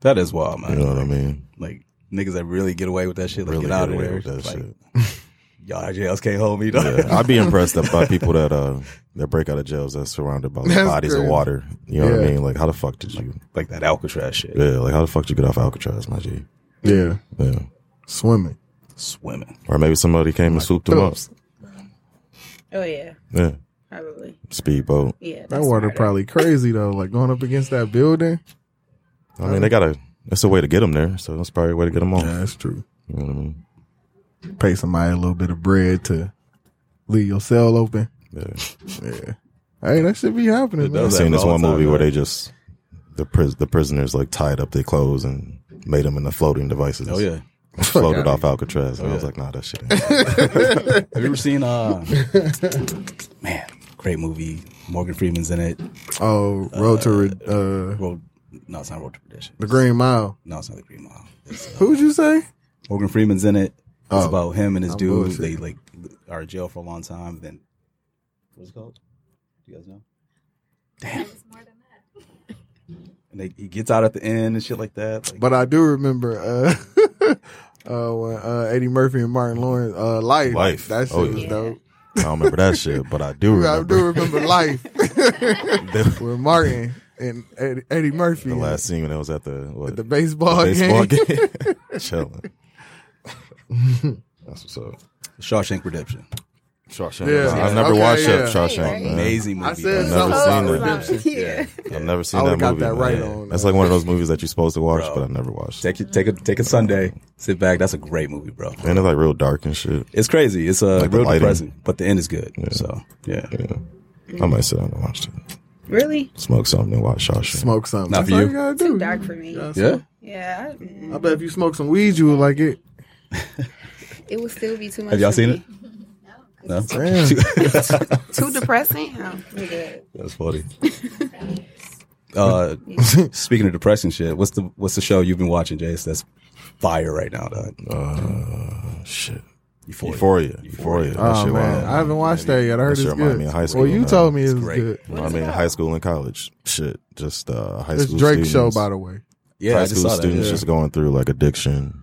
[SPEAKER 1] that is wild, man.
[SPEAKER 3] You know what I mean?
[SPEAKER 1] Like niggas that really get away with that shit, like
[SPEAKER 3] Really
[SPEAKER 1] get out
[SPEAKER 3] get
[SPEAKER 1] of
[SPEAKER 3] away
[SPEAKER 1] there.
[SPEAKER 3] with that
[SPEAKER 1] Like,
[SPEAKER 3] shit.
[SPEAKER 1] Y'all jails can't hold me. Dog.
[SPEAKER 3] Yeah, I'd be impressed up by people that uh that break out of jails that's surrounded by like,
[SPEAKER 2] That's
[SPEAKER 3] bodies of
[SPEAKER 2] crazy.
[SPEAKER 3] water. You know what
[SPEAKER 2] Yeah.
[SPEAKER 3] I mean? Like how the fuck did you?
[SPEAKER 1] like that Alcatraz shit.
[SPEAKER 3] Yeah, like how the fuck did you get off Alcatraz, my G?
[SPEAKER 2] Yeah.
[SPEAKER 3] Yeah,
[SPEAKER 2] Swimming.
[SPEAKER 1] Swimming.
[SPEAKER 3] or maybe somebody came and swooped them up.
[SPEAKER 2] Oops.
[SPEAKER 4] Oh yeah,
[SPEAKER 3] Yeah,
[SPEAKER 4] probably.
[SPEAKER 3] speedboat.
[SPEAKER 4] Yeah.
[SPEAKER 2] That
[SPEAKER 4] that's
[SPEAKER 2] water
[SPEAKER 4] smarter.
[SPEAKER 2] probably crazy though. Like going up against that building.
[SPEAKER 3] I mean, they gotta. That's a way to get them there. So that's probably a way to get them off.
[SPEAKER 2] Yeah, that's true.
[SPEAKER 3] You know what I mean?
[SPEAKER 2] Pay somebody a little bit of bread to leave your cell open.
[SPEAKER 3] Yeah.
[SPEAKER 2] Yeah. Hey, that should be happening.
[SPEAKER 1] It
[SPEAKER 2] man.
[SPEAKER 3] I've
[SPEAKER 1] does.
[SPEAKER 3] seen this
[SPEAKER 1] all
[SPEAKER 3] one
[SPEAKER 1] the time,
[SPEAKER 3] movie where
[SPEAKER 1] man.
[SPEAKER 3] they just the pris- the prisoners like tied up their clothes and made them into floating devices.
[SPEAKER 1] Oh yeah.
[SPEAKER 3] floated off Alcatraz. and I was
[SPEAKER 1] Oh, yeah.
[SPEAKER 3] like, nah, that shit. Ain't
[SPEAKER 1] Have you ever seen uh man, great movie. Morgan Freeman's in it.
[SPEAKER 2] Oh, road to re- uh,
[SPEAKER 1] Road no, it's not Road to Perdition.
[SPEAKER 2] the Green Mile.
[SPEAKER 1] No, it's not the Green Mile. It's, uh,
[SPEAKER 2] Who'd you say?
[SPEAKER 1] Morgan Freeman's in it. It's
[SPEAKER 2] Oh.
[SPEAKER 1] about him and his
[SPEAKER 2] I'm
[SPEAKER 1] dude.
[SPEAKER 2] bullshit.
[SPEAKER 1] They like are in jail for a long time. Then what's it called? Do you guys know? Damn. And they, he gets out at the end and shit like that. Like,
[SPEAKER 2] But I do remember uh, uh, when uh, Eddie Murphy and Martin Lawrence uh, life.
[SPEAKER 3] Life.
[SPEAKER 2] That shit
[SPEAKER 3] Oh,
[SPEAKER 2] was
[SPEAKER 3] yeah.
[SPEAKER 2] dope.
[SPEAKER 3] I don't remember that shit, but I do
[SPEAKER 2] I do
[SPEAKER 3] remember
[SPEAKER 2] remember life
[SPEAKER 3] the,
[SPEAKER 2] with Martin and Eddie, Eddie Murphy
[SPEAKER 3] the last scene when I was at the what,
[SPEAKER 2] at the baseball,
[SPEAKER 3] baseball
[SPEAKER 2] game.
[SPEAKER 3] game, chilling. That's what's up.
[SPEAKER 1] Shawshank Redemption.
[SPEAKER 2] Uh-huh.
[SPEAKER 3] Shawshank.
[SPEAKER 2] Yeah.
[SPEAKER 3] I've never
[SPEAKER 2] Okay,
[SPEAKER 3] watched
[SPEAKER 2] yeah.
[SPEAKER 3] Shawshank.
[SPEAKER 4] Right, right.
[SPEAKER 3] man.
[SPEAKER 1] Amazing movie.
[SPEAKER 2] I said
[SPEAKER 1] man.
[SPEAKER 4] Oh,
[SPEAKER 3] I've never
[SPEAKER 2] something about
[SPEAKER 3] seen it.
[SPEAKER 2] redemption.
[SPEAKER 4] Yeah.
[SPEAKER 3] I've never seen
[SPEAKER 2] I
[SPEAKER 3] that
[SPEAKER 2] would've
[SPEAKER 3] movie.
[SPEAKER 2] got that
[SPEAKER 3] man.
[SPEAKER 2] right on,
[SPEAKER 3] That's
[SPEAKER 2] uh,
[SPEAKER 3] like one of those movies that you're supposed to watch, but I never watched.
[SPEAKER 1] Take it- take a take a Sunday. Sit back. That's a great movie, bro.
[SPEAKER 3] And it's like real dark and shit.
[SPEAKER 1] It's crazy. It's uh,
[SPEAKER 3] Like the
[SPEAKER 1] real
[SPEAKER 3] lighting.
[SPEAKER 1] depressing, but the end is good. So yeah,
[SPEAKER 3] I might sit down and watch it.
[SPEAKER 4] Really?
[SPEAKER 3] Smoke something and watch Shawshank.
[SPEAKER 2] Smoke something.
[SPEAKER 1] Not
[SPEAKER 2] That's
[SPEAKER 1] for
[SPEAKER 2] all
[SPEAKER 1] you.
[SPEAKER 2] you gotta
[SPEAKER 4] Too
[SPEAKER 2] do.
[SPEAKER 4] dark for me.
[SPEAKER 2] Yeah.
[SPEAKER 1] yeah.
[SPEAKER 4] Yeah. I- mm,
[SPEAKER 2] I bet if you smoke some weed, you would like it.
[SPEAKER 4] It would still be too much.
[SPEAKER 1] Have y'all
[SPEAKER 4] for
[SPEAKER 1] seen
[SPEAKER 4] me.
[SPEAKER 1] it? No,
[SPEAKER 2] Damn.
[SPEAKER 4] Too depressing. Oh, I'm good.
[SPEAKER 1] that's funny. Uh, speaking of depressing shit, what's the what's the show you've been watching, Jace? That's fire right now, dog.
[SPEAKER 3] Uh, shit.
[SPEAKER 1] Euphoria.
[SPEAKER 3] Euphoria. Euphoria. That
[SPEAKER 2] oh
[SPEAKER 3] shit
[SPEAKER 2] man,
[SPEAKER 3] wild.
[SPEAKER 2] I haven't watched that yet. I heard
[SPEAKER 3] shit
[SPEAKER 2] it's
[SPEAKER 3] remind
[SPEAKER 2] good.
[SPEAKER 3] me of high
[SPEAKER 2] well,
[SPEAKER 3] school,
[SPEAKER 2] you
[SPEAKER 3] man.
[SPEAKER 2] told me it
[SPEAKER 1] It's
[SPEAKER 2] was
[SPEAKER 1] great.
[SPEAKER 2] good.
[SPEAKER 3] I mean, high school and college. Shit. Just uh, high
[SPEAKER 2] It's
[SPEAKER 3] school
[SPEAKER 2] Drake's show,
[SPEAKER 3] students.
[SPEAKER 2] by the way.
[SPEAKER 1] Yeah,
[SPEAKER 3] high
[SPEAKER 1] I just
[SPEAKER 3] school
[SPEAKER 1] saw that.
[SPEAKER 3] students
[SPEAKER 1] Yeah.
[SPEAKER 3] just going through like addiction,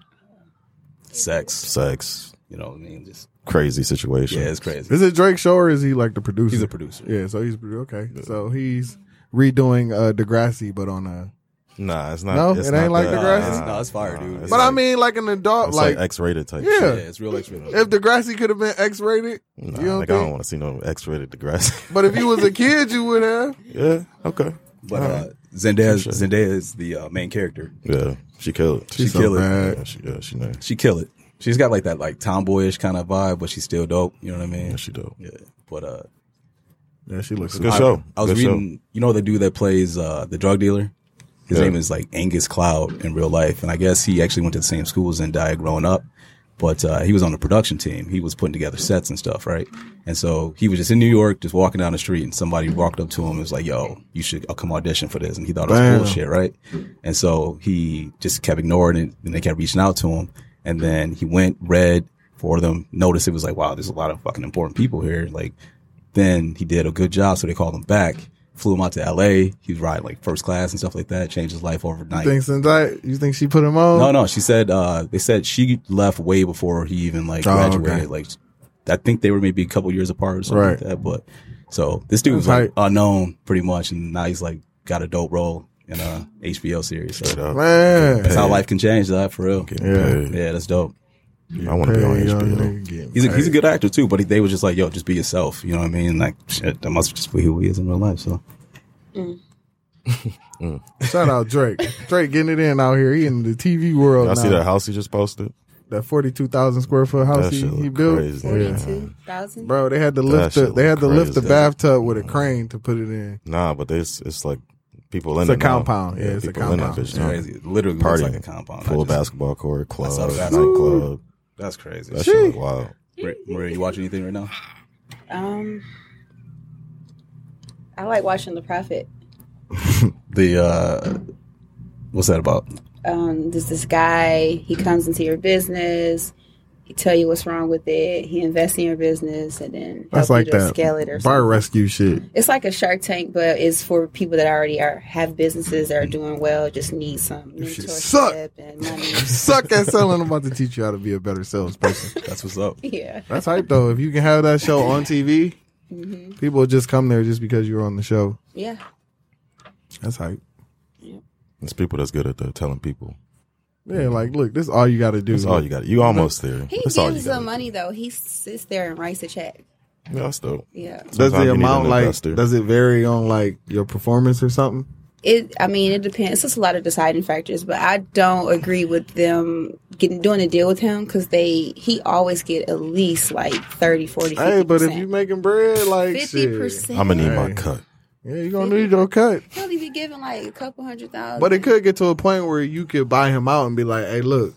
[SPEAKER 1] Sex.
[SPEAKER 3] sex,
[SPEAKER 1] You know what I mean? Just
[SPEAKER 3] crazy situation.
[SPEAKER 1] yeah, it's crazy.
[SPEAKER 2] Is it Drake's show or is he like the producer?
[SPEAKER 1] He's a producer.
[SPEAKER 2] Yeah, so he's okay. So he's redoing uh Degrassi, but on a.
[SPEAKER 3] Nah, it's not.
[SPEAKER 2] No,
[SPEAKER 3] it's
[SPEAKER 2] it
[SPEAKER 3] not
[SPEAKER 2] ain't like
[SPEAKER 3] that.
[SPEAKER 2] Degrassi?
[SPEAKER 3] Nah,
[SPEAKER 1] It's- no, it's fire, dude.
[SPEAKER 3] it's
[SPEAKER 2] But I
[SPEAKER 3] like-
[SPEAKER 2] mean, like an adult,
[SPEAKER 3] it's like,
[SPEAKER 2] like,
[SPEAKER 3] X-rated type.
[SPEAKER 2] Yeah.
[SPEAKER 3] shit.
[SPEAKER 1] Yeah, it's real extra.
[SPEAKER 2] if Degrassi could have been X-rated,
[SPEAKER 3] Nah,
[SPEAKER 2] you don't
[SPEAKER 3] like, I don't
[SPEAKER 2] think?
[SPEAKER 3] want to see no X-rated Degrassi.
[SPEAKER 2] But if you was a kid, you would have.
[SPEAKER 3] yeah. Okay.
[SPEAKER 1] But uh, Zendaya, Zendaya is the uh, main character.
[SPEAKER 3] Yeah. She killed.
[SPEAKER 1] She
[SPEAKER 2] so
[SPEAKER 1] kill it.
[SPEAKER 2] bad.
[SPEAKER 3] Yeah, she, yeah, she nice.
[SPEAKER 1] She kill it. She's got like that like tomboyish kind of vibe, but she's still dope. You know what I mean?
[SPEAKER 3] Yeah, she dope.
[SPEAKER 1] Yeah. But uh,
[SPEAKER 2] Yeah, she looks
[SPEAKER 3] Good
[SPEAKER 1] I,
[SPEAKER 3] show.
[SPEAKER 1] I was
[SPEAKER 3] Good
[SPEAKER 1] reading. You know the dude that plays uh, the drug dealer. His
[SPEAKER 3] Yeah.
[SPEAKER 1] name is like Angus Cloud in real life, and I guess he actually went to the same schools and died growing up. But uh, he was on the production team. He was putting together sets and stuff, right? And so he was just in New York, just walking down the street, and somebody walked up to him and was like, "Yo, you should uh, come audition for this." And he thought it was
[SPEAKER 2] Damn.
[SPEAKER 1] bullshit, right? And so he just kept ignoring it, and they kept reaching out to him. And then he went, read for them, noticed it was like, "Wow, there's a lot of fucking important people here." Like, Then he did a good job, so they called him back. Flew him out to L.A. He was riding like first class and stuff like that. Changed his life overnight.
[SPEAKER 2] You think since I, you think she put him on?
[SPEAKER 1] No, no. She said uh, they said she left way before he even like
[SPEAKER 2] Oh, okay.
[SPEAKER 1] graduated. Like I think they were maybe a couple years apart or something like
[SPEAKER 2] Right.
[SPEAKER 1] that. But so this dude was like
[SPEAKER 2] That's
[SPEAKER 1] unknown pretty much, and now he's like got a dope role in a HBO series. So
[SPEAKER 3] Straight up.
[SPEAKER 2] Man.
[SPEAKER 1] that's how life can change, that for real.
[SPEAKER 3] Getting
[SPEAKER 2] Yeah.
[SPEAKER 3] paid.
[SPEAKER 1] Yeah, that's dope.
[SPEAKER 3] I want to be on
[SPEAKER 2] Hey, young
[SPEAKER 3] HBO.
[SPEAKER 2] nigga getting
[SPEAKER 1] He's a, he's a
[SPEAKER 2] paid.
[SPEAKER 1] good actor too, but he, they were just like, "Yo, just be yourself." You know what I mean? Like, shit, that must just be who he is in real life. So
[SPEAKER 2] Shout out Drake. Drake getting it in out here. He in the TV world.
[SPEAKER 3] Y'all see
[SPEAKER 2] now.
[SPEAKER 3] that house he just posted?
[SPEAKER 2] that forty two thousand square foot house
[SPEAKER 3] That
[SPEAKER 2] he,
[SPEAKER 3] shit
[SPEAKER 2] he
[SPEAKER 3] look
[SPEAKER 2] built.
[SPEAKER 3] crazy. Yeah.
[SPEAKER 4] Forty-two thousand.
[SPEAKER 2] Bro, they had to lift
[SPEAKER 3] shit
[SPEAKER 2] the they had to
[SPEAKER 3] look
[SPEAKER 2] lift the
[SPEAKER 3] crazy. Mm.
[SPEAKER 2] bathtub with a crane to put it in.
[SPEAKER 3] Nah, but it's it's like people
[SPEAKER 2] It's a
[SPEAKER 3] in it now.
[SPEAKER 2] compound. Yeah, it's a
[SPEAKER 3] people in that
[SPEAKER 2] compound.
[SPEAKER 3] bitch
[SPEAKER 1] it's
[SPEAKER 3] now.
[SPEAKER 1] crazy. It Literally, looks
[SPEAKER 3] Party
[SPEAKER 1] like a compound.
[SPEAKER 3] Full
[SPEAKER 1] I just-
[SPEAKER 3] basketball court, club,
[SPEAKER 1] saw the basketball.
[SPEAKER 3] nightclub.
[SPEAKER 1] That's crazy.
[SPEAKER 3] That shit look wild.
[SPEAKER 1] Maria, Maria, you watch anything right now?
[SPEAKER 4] Um, I like watching The Prophet.
[SPEAKER 1] The uh, what's that about?
[SPEAKER 4] um, there's this guy. He comes into your business. He tell you what's wrong with it. He invests in your business, and then
[SPEAKER 2] That's
[SPEAKER 4] help you
[SPEAKER 2] like
[SPEAKER 4] to
[SPEAKER 2] that
[SPEAKER 4] scale it or
[SPEAKER 2] Bar
[SPEAKER 4] something.
[SPEAKER 2] rescue shit.
[SPEAKER 4] It's like a Shark Tank, but it's for people that already are have businesses that are doing well. Just need some
[SPEAKER 2] If you suck.
[SPEAKER 4] mentorship and money.
[SPEAKER 2] Suck at selling. I'm about to teach you how to be a better salesperson.
[SPEAKER 1] That's what's up.
[SPEAKER 4] yeah,
[SPEAKER 2] That's hype though. If you can have that show on TV,
[SPEAKER 4] Mm-hmm.
[SPEAKER 2] people will just come there just because you're on the show.
[SPEAKER 4] yeah.
[SPEAKER 2] That's hype.
[SPEAKER 3] There's people that's good at that, telling people.
[SPEAKER 2] Yeah, like look, this is all you got to do.
[SPEAKER 3] Mm-hmm. That's all you got. You almost there.
[SPEAKER 4] He
[SPEAKER 3] that's all you
[SPEAKER 4] gives
[SPEAKER 3] got.
[SPEAKER 4] them money though. He sits there and writes a check.
[SPEAKER 3] Yeah, that's dope.
[SPEAKER 4] Yeah.
[SPEAKER 2] Does
[SPEAKER 3] Sometimes
[SPEAKER 2] the
[SPEAKER 3] you need
[SPEAKER 2] amount
[SPEAKER 3] an
[SPEAKER 2] like
[SPEAKER 3] investor.
[SPEAKER 2] does it vary on like your performance or something?
[SPEAKER 4] It. I mean, it depends. It's a lot of deciding factors, but I don't agree with them getting doing a deal with him because they he always get at least like 30, 40, 50%.
[SPEAKER 2] Hey, but if you making bread, like
[SPEAKER 4] fifty
[SPEAKER 2] shit,
[SPEAKER 4] percent,
[SPEAKER 3] I'm gonna need my
[SPEAKER 2] Hey.
[SPEAKER 3] cut.
[SPEAKER 2] yeah, you gonna need your cut.
[SPEAKER 4] he'll only be giving like a couple hundred thousand.
[SPEAKER 2] But it could get to a point where you could buy him out and be like, "Hey, look,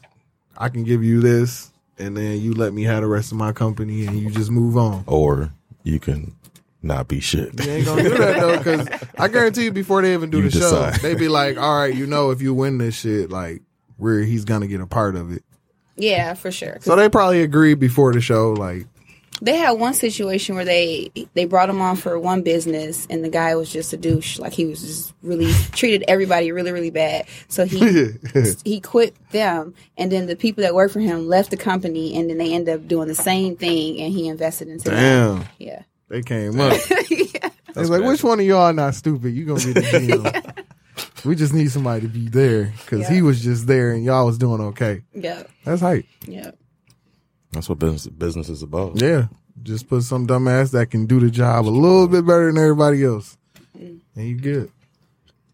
[SPEAKER 2] I can give you this, and then you let me have the rest of my company, and you just move on."
[SPEAKER 3] Or you can not be shit.
[SPEAKER 2] You ain't gonna do that though, because I guarantee you, before they even do
[SPEAKER 3] You
[SPEAKER 2] the
[SPEAKER 3] decide.
[SPEAKER 2] show, they be like, "All right, you know, if you win this shit, like, where he's gonna get a part of it."
[SPEAKER 4] yeah, for sure.
[SPEAKER 2] So they probably agreed before the show, like,
[SPEAKER 4] They had one situation where they they brought him on for one business, and the guy was just a douche. Like he was just really treated everybody really really bad. So he he quit them, and then the people that worked for him left the company, and then they end up doing the same thing, and he invested into them.
[SPEAKER 2] "Damn,
[SPEAKER 4] Yeah.
[SPEAKER 2] they came up."
[SPEAKER 4] yeah.
[SPEAKER 2] I was like, which one of y'all not stupid? You gonna be the GM. we just need somebody to be there because he
[SPEAKER 4] Yeah.
[SPEAKER 2] was just there and y'all was doing okay.
[SPEAKER 4] Yeah.
[SPEAKER 2] That's hype.
[SPEAKER 4] Yeah.
[SPEAKER 3] That's what business business is about.
[SPEAKER 2] Yeah, just put some dumbass that can do the job a little bit better than everybody else,
[SPEAKER 4] Mm.
[SPEAKER 2] and you good.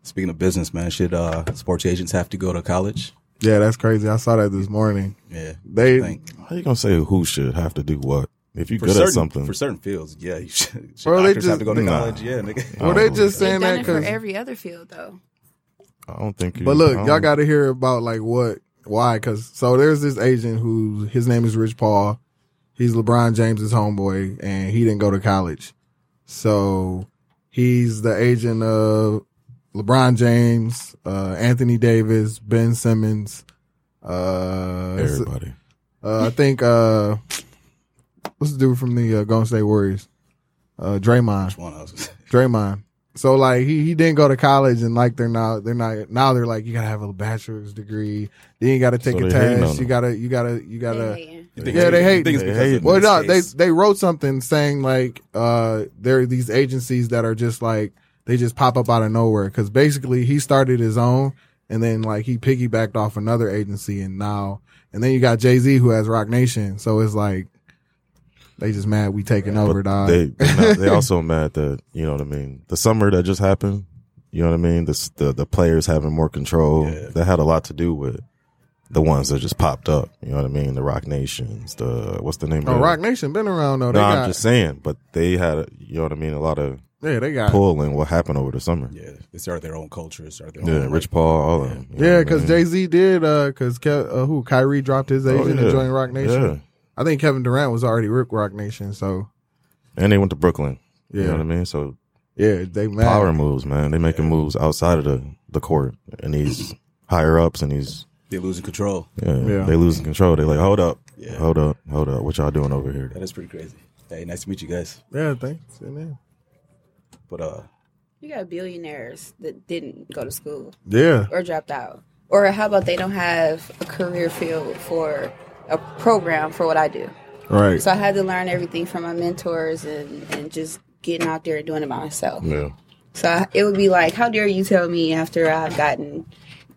[SPEAKER 1] Speaking of business, man, should uh, sports agents have to go to college?
[SPEAKER 2] Yeah, that's crazy. I saw that this morning.
[SPEAKER 1] Yeah,
[SPEAKER 2] They-
[SPEAKER 1] I think.
[SPEAKER 3] How you gonna say who should have to do what? If you
[SPEAKER 1] for
[SPEAKER 3] good
[SPEAKER 1] certain
[SPEAKER 3] at something,
[SPEAKER 1] for certain fields. Yeah, you should. should
[SPEAKER 2] Bro, they
[SPEAKER 1] doctors
[SPEAKER 2] just-
[SPEAKER 1] have to go to
[SPEAKER 3] Nah.
[SPEAKER 1] college? Yeah, nigga.
[SPEAKER 3] I
[SPEAKER 2] Were
[SPEAKER 3] don't
[SPEAKER 2] they
[SPEAKER 3] believe
[SPEAKER 2] just
[SPEAKER 3] that.
[SPEAKER 2] saying
[SPEAKER 4] Done
[SPEAKER 2] that
[SPEAKER 4] it for
[SPEAKER 2] because?
[SPEAKER 4] every other field though.
[SPEAKER 3] I don't think. You,
[SPEAKER 2] But look,
[SPEAKER 3] I
[SPEAKER 2] y'all
[SPEAKER 3] don't-
[SPEAKER 2] got to hear about like what, why? Because so there's this agent who his name is Rich Paul. He's LeBron James's homeboy, and he didn't go to college, so he's the agent of LeBron James, uh, Anthony Davis, Ben Simmons. Uh,
[SPEAKER 3] everybody.
[SPEAKER 2] uh, I think uh, what's the dude from the uh, Golden State Warriors? Uh, Draymond.
[SPEAKER 1] Which one I was gonna say.
[SPEAKER 2] Draymond. So like he he didn't go to college and like they're now they're not now they're like you gotta have a bachelor's degree then you gotta take
[SPEAKER 3] So
[SPEAKER 2] a
[SPEAKER 3] they hating on
[SPEAKER 2] test you
[SPEAKER 3] them.
[SPEAKER 2] gotta you gotta you gotta
[SPEAKER 4] Yeah.
[SPEAKER 1] You
[SPEAKER 2] Yeah,
[SPEAKER 1] it's-
[SPEAKER 2] they
[SPEAKER 1] you
[SPEAKER 2] hate-
[SPEAKER 1] think it's
[SPEAKER 3] they
[SPEAKER 1] because
[SPEAKER 3] hate.
[SPEAKER 1] of
[SPEAKER 2] well no they
[SPEAKER 1] mistakes?
[SPEAKER 2] they wrote something saying like uh there are these agencies that are just like they just pop up out of nowhere because basically he started his own and then like he piggybacked off another agency and now and then you got Jay Z who has Rock Nation so it's like they just mad we taking over dog
[SPEAKER 3] They they're not- they also mad that you know what I mean. The summer that just happened, you know what I mean. The s- the, the players having more control that had a lot to do with the ones that just popped up. You know what I mean. The Rock Nations. The what's the name?
[SPEAKER 2] no
[SPEAKER 3] of
[SPEAKER 2] Rock Nation been around though
[SPEAKER 3] No,
[SPEAKER 2] Oh, they
[SPEAKER 3] I'm
[SPEAKER 2] got
[SPEAKER 3] just saying. But they had a, you know what I mean. A lot of
[SPEAKER 2] yeah they got
[SPEAKER 3] pull in what happened over the summer. Yeah,
[SPEAKER 1] Yeah, they started their own culture. Started their own.
[SPEAKER 3] Rich Paul, all of them. you know
[SPEAKER 2] Yeah,
[SPEAKER 3] what I
[SPEAKER 2] because
[SPEAKER 3] mean?
[SPEAKER 2] Jay Z did. Uh, because Ke- uh, who Kyrie dropped his agent
[SPEAKER 3] Oh, yeah.
[SPEAKER 2] and joined Rock Nation.
[SPEAKER 3] Yeah.
[SPEAKER 2] I think Kevin Durant was already Rick Rock Nation. So
[SPEAKER 3] And they went to Brooklyn. You
[SPEAKER 2] Yeah.
[SPEAKER 3] know what I mean? So
[SPEAKER 2] yeah, they mad.
[SPEAKER 3] power moves, man. They making moves outside of the, the court. And these higher ups and these
[SPEAKER 1] They're losing control.
[SPEAKER 3] yeah,
[SPEAKER 2] Yeah.
[SPEAKER 3] they losing control. They like, hold up.
[SPEAKER 1] Yeah.
[SPEAKER 3] Hold up. Hold up. What y'all doing over here?
[SPEAKER 1] That is pretty crazy. Hey, nice to meet you guys.
[SPEAKER 2] Yeah, thanks. And then-
[SPEAKER 1] But uh,
[SPEAKER 4] You got billionaires that didn't go to school
[SPEAKER 2] Yeah.
[SPEAKER 4] or dropped out. Or how about they don't have a career field for a program for what I do?
[SPEAKER 2] Right.
[SPEAKER 4] So I had to learn everything from my mentors and, and just getting out there and doing it by myself.
[SPEAKER 3] Yeah.
[SPEAKER 4] So I, it would be like, how dare you tell me after I've gotten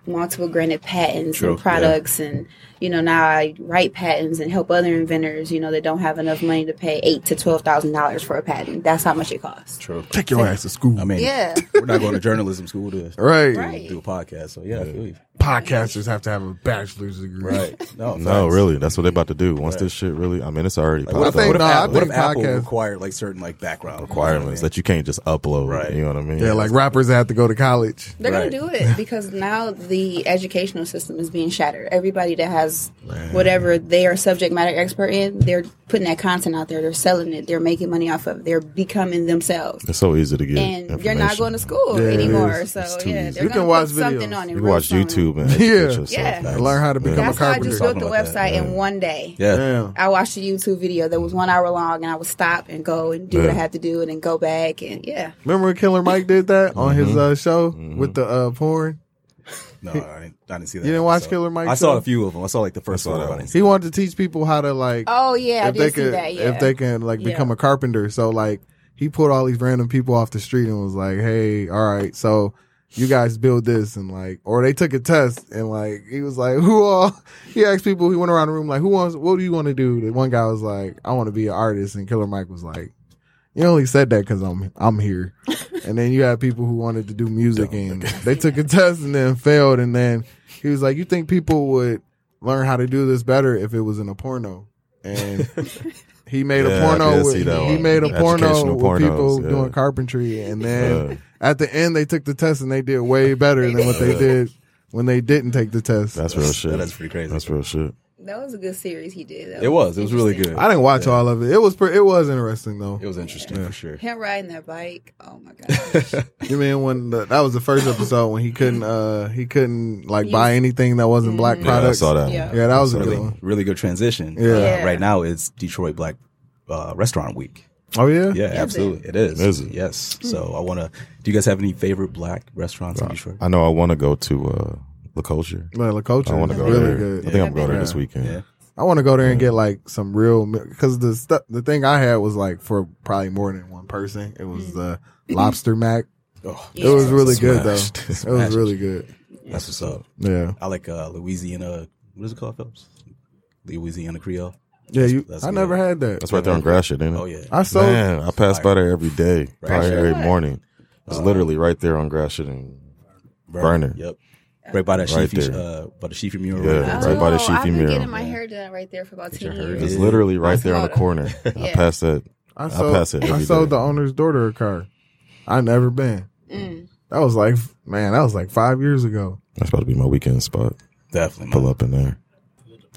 [SPEAKER 4] multiple granted patents
[SPEAKER 1] True,
[SPEAKER 4] and products and you know now I write patents and help other inventors you know that don't have enough money to pay eight to twelve thousand dollars for a patent. That's how much it costs.
[SPEAKER 1] true.
[SPEAKER 2] Take your ass to school.
[SPEAKER 1] I mean,
[SPEAKER 4] Yeah,
[SPEAKER 1] we're not going to journalism school to
[SPEAKER 2] right.
[SPEAKER 4] Right.
[SPEAKER 1] do a podcast. So yeah, I feel you.
[SPEAKER 2] Podcasters have to have a bachelor's degree.
[SPEAKER 1] Right. No,
[SPEAKER 3] No,
[SPEAKER 1] Oh, facts.
[SPEAKER 3] really, that's what they're about to do. Once this shit really, I mean, it's already
[SPEAKER 1] Like, what, if,
[SPEAKER 3] popped
[SPEAKER 2] I
[SPEAKER 3] up.
[SPEAKER 1] what
[SPEAKER 2] think-
[SPEAKER 1] if
[SPEAKER 2] no, I
[SPEAKER 1] Apple, what if
[SPEAKER 2] think
[SPEAKER 1] Apple
[SPEAKER 2] podcast-
[SPEAKER 1] required like certain like background
[SPEAKER 3] requirements that you can't just upload.
[SPEAKER 1] Right.
[SPEAKER 3] You know what I mean?
[SPEAKER 2] Yeah, like rappers have to go to college.
[SPEAKER 4] they're
[SPEAKER 1] Right.
[SPEAKER 4] gonna do it because now the educational system is being shattered. Everybody that has whatever they are subject matter expert in, they're putting that content out there. They're selling it. They're making money off of. it. They're becoming themselves.
[SPEAKER 3] it's so easy to get.
[SPEAKER 4] and you're not
[SPEAKER 3] information.
[SPEAKER 4] going to school
[SPEAKER 2] Yeah, it
[SPEAKER 4] anymore.
[SPEAKER 2] is.
[SPEAKER 4] So
[SPEAKER 3] It's too
[SPEAKER 4] yeah,
[SPEAKER 3] easy.
[SPEAKER 4] they're
[SPEAKER 2] You
[SPEAKER 4] gonna
[SPEAKER 2] can watch
[SPEAKER 4] put something
[SPEAKER 2] videos.
[SPEAKER 4] on it.
[SPEAKER 3] You can
[SPEAKER 4] real
[SPEAKER 3] watch
[SPEAKER 4] soon.
[SPEAKER 3] YouTube and educate
[SPEAKER 2] Yeah.
[SPEAKER 3] yourself.
[SPEAKER 4] Yeah.
[SPEAKER 3] man.
[SPEAKER 2] Learn how to
[SPEAKER 3] Yeah.
[SPEAKER 2] become
[SPEAKER 4] That's
[SPEAKER 2] a
[SPEAKER 4] how I
[SPEAKER 2] carpenter.
[SPEAKER 4] just built
[SPEAKER 1] Something
[SPEAKER 4] the
[SPEAKER 1] like
[SPEAKER 4] website
[SPEAKER 1] that,
[SPEAKER 4] in one day.
[SPEAKER 1] Yeah.
[SPEAKER 2] Damn.
[SPEAKER 4] I watched a YouTube video that was one hour long, and I would stop and go and do what I
[SPEAKER 3] Yeah.
[SPEAKER 4] had to do, and then go back and yeah.
[SPEAKER 2] Remember when Killer Mike did that on
[SPEAKER 1] Mm-hmm.
[SPEAKER 2] his uh, show with the uh, porn?
[SPEAKER 1] No, I didn't, I didn't see that.
[SPEAKER 2] You didn't watch
[SPEAKER 1] episode.
[SPEAKER 2] Killer Mike
[SPEAKER 1] I saw
[SPEAKER 2] too?
[SPEAKER 1] a few of them. I saw like the first
[SPEAKER 3] I saw
[SPEAKER 1] one.
[SPEAKER 3] that
[SPEAKER 1] but I
[SPEAKER 3] one.
[SPEAKER 1] didn't see-
[SPEAKER 2] He wanted to teach people how to like
[SPEAKER 4] Oh yeah, I
[SPEAKER 2] if they
[SPEAKER 4] did see
[SPEAKER 2] can
[SPEAKER 4] that. Yeah,
[SPEAKER 2] if they can like
[SPEAKER 4] Yeah.
[SPEAKER 2] become a carpenter. So like he pulled all these random people off the street and was like, "Hey, all right, so you guys build this and like or they took a test and like he was like, "Who all?" He asked people, he went around the room like, "Who wants what do you want to do?" The one guy was like, "I want to be an artist." And Killer Mike was like, "You only said that cuz I'm I'm here." and then you had people who wanted to do music and they took a test and then failed and then he was like, "You think people would learn how to do this better if it was in a porno?" And he made
[SPEAKER 3] Yeah,
[SPEAKER 2] a
[SPEAKER 3] I
[SPEAKER 2] porno.
[SPEAKER 3] did
[SPEAKER 2] With,
[SPEAKER 3] see that
[SPEAKER 2] he
[SPEAKER 3] one.
[SPEAKER 2] made a porno
[SPEAKER 3] Educational
[SPEAKER 2] with
[SPEAKER 3] pornos,
[SPEAKER 2] people
[SPEAKER 3] yeah.
[SPEAKER 2] doing carpentry, and then
[SPEAKER 3] Yeah.
[SPEAKER 2] at the end they took the test and they did way better than what they did when they didn't take the test.
[SPEAKER 3] That's real shit.
[SPEAKER 1] That's pretty crazy.
[SPEAKER 3] That's real shit.
[SPEAKER 4] that was a good series he did. That
[SPEAKER 1] It was. It was really
[SPEAKER 4] interesting.
[SPEAKER 1] good.
[SPEAKER 2] I didn't watch all of it. It was pre- it was interesting though.
[SPEAKER 1] It was interesting for sure.
[SPEAKER 4] Him riding that bike. Oh my gosh.
[SPEAKER 2] You mean when the, that was the first episode when he couldn't uh he couldn't like buy anything that wasn't black
[SPEAKER 3] Yeah, I
[SPEAKER 2] products.
[SPEAKER 3] saw that.
[SPEAKER 4] Yeah.
[SPEAKER 3] One.
[SPEAKER 2] Yeah, that was a good
[SPEAKER 1] Really,
[SPEAKER 2] one.
[SPEAKER 1] really good transition. Uh,
[SPEAKER 2] Yeah.
[SPEAKER 4] Yeah.
[SPEAKER 1] right now it's Detroit Black uh, Restaurant Week.
[SPEAKER 2] Oh yeah.
[SPEAKER 1] Yeah, absolutely. It is.
[SPEAKER 3] Is it?
[SPEAKER 1] Yes. So I want to. Do you guys have any favorite black restaurants in Detroit?
[SPEAKER 3] I know. I want to go to uh, La Culture.
[SPEAKER 2] Man, La Culture
[SPEAKER 3] I want
[SPEAKER 2] is
[SPEAKER 3] to go
[SPEAKER 2] really
[SPEAKER 3] there.
[SPEAKER 2] good.
[SPEAKER 3] I think I'm going there this weekend.
[SPEAKER 1] Yeah.
[SPEAKER 2] I want to go there and get like some real because the stuff the thing I had was like for probably more than one person. It was the lobster mac.
[SPEAKER 1] Oh,
[SPEAKER 2] It was really good though.
[SPEAKER 3] Smashed.
[SPEAKER 2] It was really good.
[SPEAKER 1] that's what's up.
[SPEAKER 2] Yeah,
[SPEAKER 1] I like uh, Louisiana. What is it called, Phillips? Louisiana Creole.
[SPEAKER 2] yeah. You,
[SPEAKER 1] that's
[SPEAKER 2] I
[SPEAKER 1] good.
[SPEAKER 2] never had that.
[SPEAKER 3] That's right there on Gratiot, ain't it?
[SPEAKER 1] Oh yeah.
[SPEAKER 2] I
[SPEAKER 3] So,
[SPEAKER 2] so
[SPEAKER 3] Man, I pass by there every day, probably
[SPEAKER 1] Gratiot.
[SPEAKER 3] every morning. It's literally right there on Gratiot and Burner.
[SPEAKER 1] Yep. Right by that
[SPEAKER 3] Right
[SPEAKER 1] Sheafy,
[SPEAKER 3] there.
[SPEAKER 1] uh, by the Sheafy mural.
[SPEAKER 3] Yeah,
[SPEAKER 1] there.
[SPEAKER 3] right by the
[SPEAKER 4] Oh, I've
[SPEAKER 3] Sheafy
[SPEAKER 4] been
[SPEAKER 3] Mural.
[SPEAKER 4] getting my hair done right there for about ten
[SPEAKER 1] hair
[SPEAKER 4] years.
[SPEAKER 3] It's
[SPEAKER 1] Yeah.
[SPEAKER 3] literally right there on the
[SPEAKER 4] That's
[SPEAKER 3] corner. I
[SPEAKER 4] Yeah.
[SPEAKER 3] pass that.
[SPEAKER 2] I
[SPEAKER 3] I
[SPEAKER 2] sold,
[SPEAKER 3] pass it
[SPEAKER 2] I
[SPEAKER 3] every
[SPEAKER 2] sold
[SPEAKER 3] day.
[SPEAKER 2] the owner's daughter a car. I never been.
[SPEAKER 4] Mm.
[SPEAKER 2] That was like man. That was like five years ago.
[SPEAKER 3] That's about to be my weekend spot.
[SPEAKER 1] Definitely.
[SPEAKER 3] Pull up in there.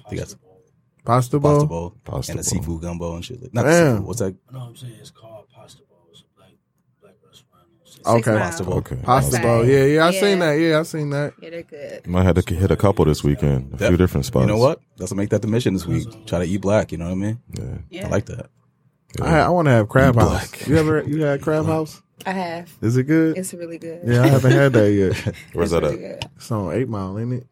[SPEAKER 1] I think that's
[SPEAKER 2] Pasta bowl.
[SPEAKER 1] pasta bowl,
[SPEAKER 3] Pasta
[SPEAKER 1] and a
[SPEAKER 3] bowl.
[SPEAKER 1] seafood gumbo and shit. Like, not
[SPEAKER 2] Damn.
[SPEAKER 1] seafood. What's that?
[SPEAKER 5] No, I'm saying it's called Pasta Bowl. It's a black, black restaurant.
[SPEAKER 4] Six
[SPEAKER 2] Okay.
[SPEAKER 4] Miles.
[SPEAKER 1] Pasta bowl.
[SPEAKER 3] Okay.
[SPEAKER 2] Pasta
[SPEAKER 4] Outside.
[SPEAKER 2] bowl. Yeah, yeah. I
[SPEAKER 4] Yeah.
[SPEAKER 2] seen that. Yeah, I seen that.
[SPEAKER 4] Yeah, they're good.
[SPEAKER 3] Might have to hit a couple this weekend. A
[SPEAKER 1] Def-
[SPEAKER 3] few different spots.
[SPEAKER 1] You know what? Let's make that the mission this week. Try to eat black. You know what I mean?
[SPEAKER 3] Yeah.
[SPEAKER 4] Yeah,
[SPEAKER 1] I like that.
[SPEAKER 2] I, had- I want to have crab
[SPEAKER 3] You
[SPEAKER 2] house.
[SPEAKER 3] black.
[SPEAKER 2] You ever you had crab house?
[SPEAKER 4] I have.
[SPEAKER 2] Is it good?
[SPEAKER 4] It's really good.
[SPEAKER 2] Yeah, I haven't had that yet.
[SPEAKER 3] Where's
[SPEAKER 4] It's
[SPEAKER 3] that at?
[SPEAKER 4] really good.
[SPEAKER 2] It's on Eight Mile, ain't it?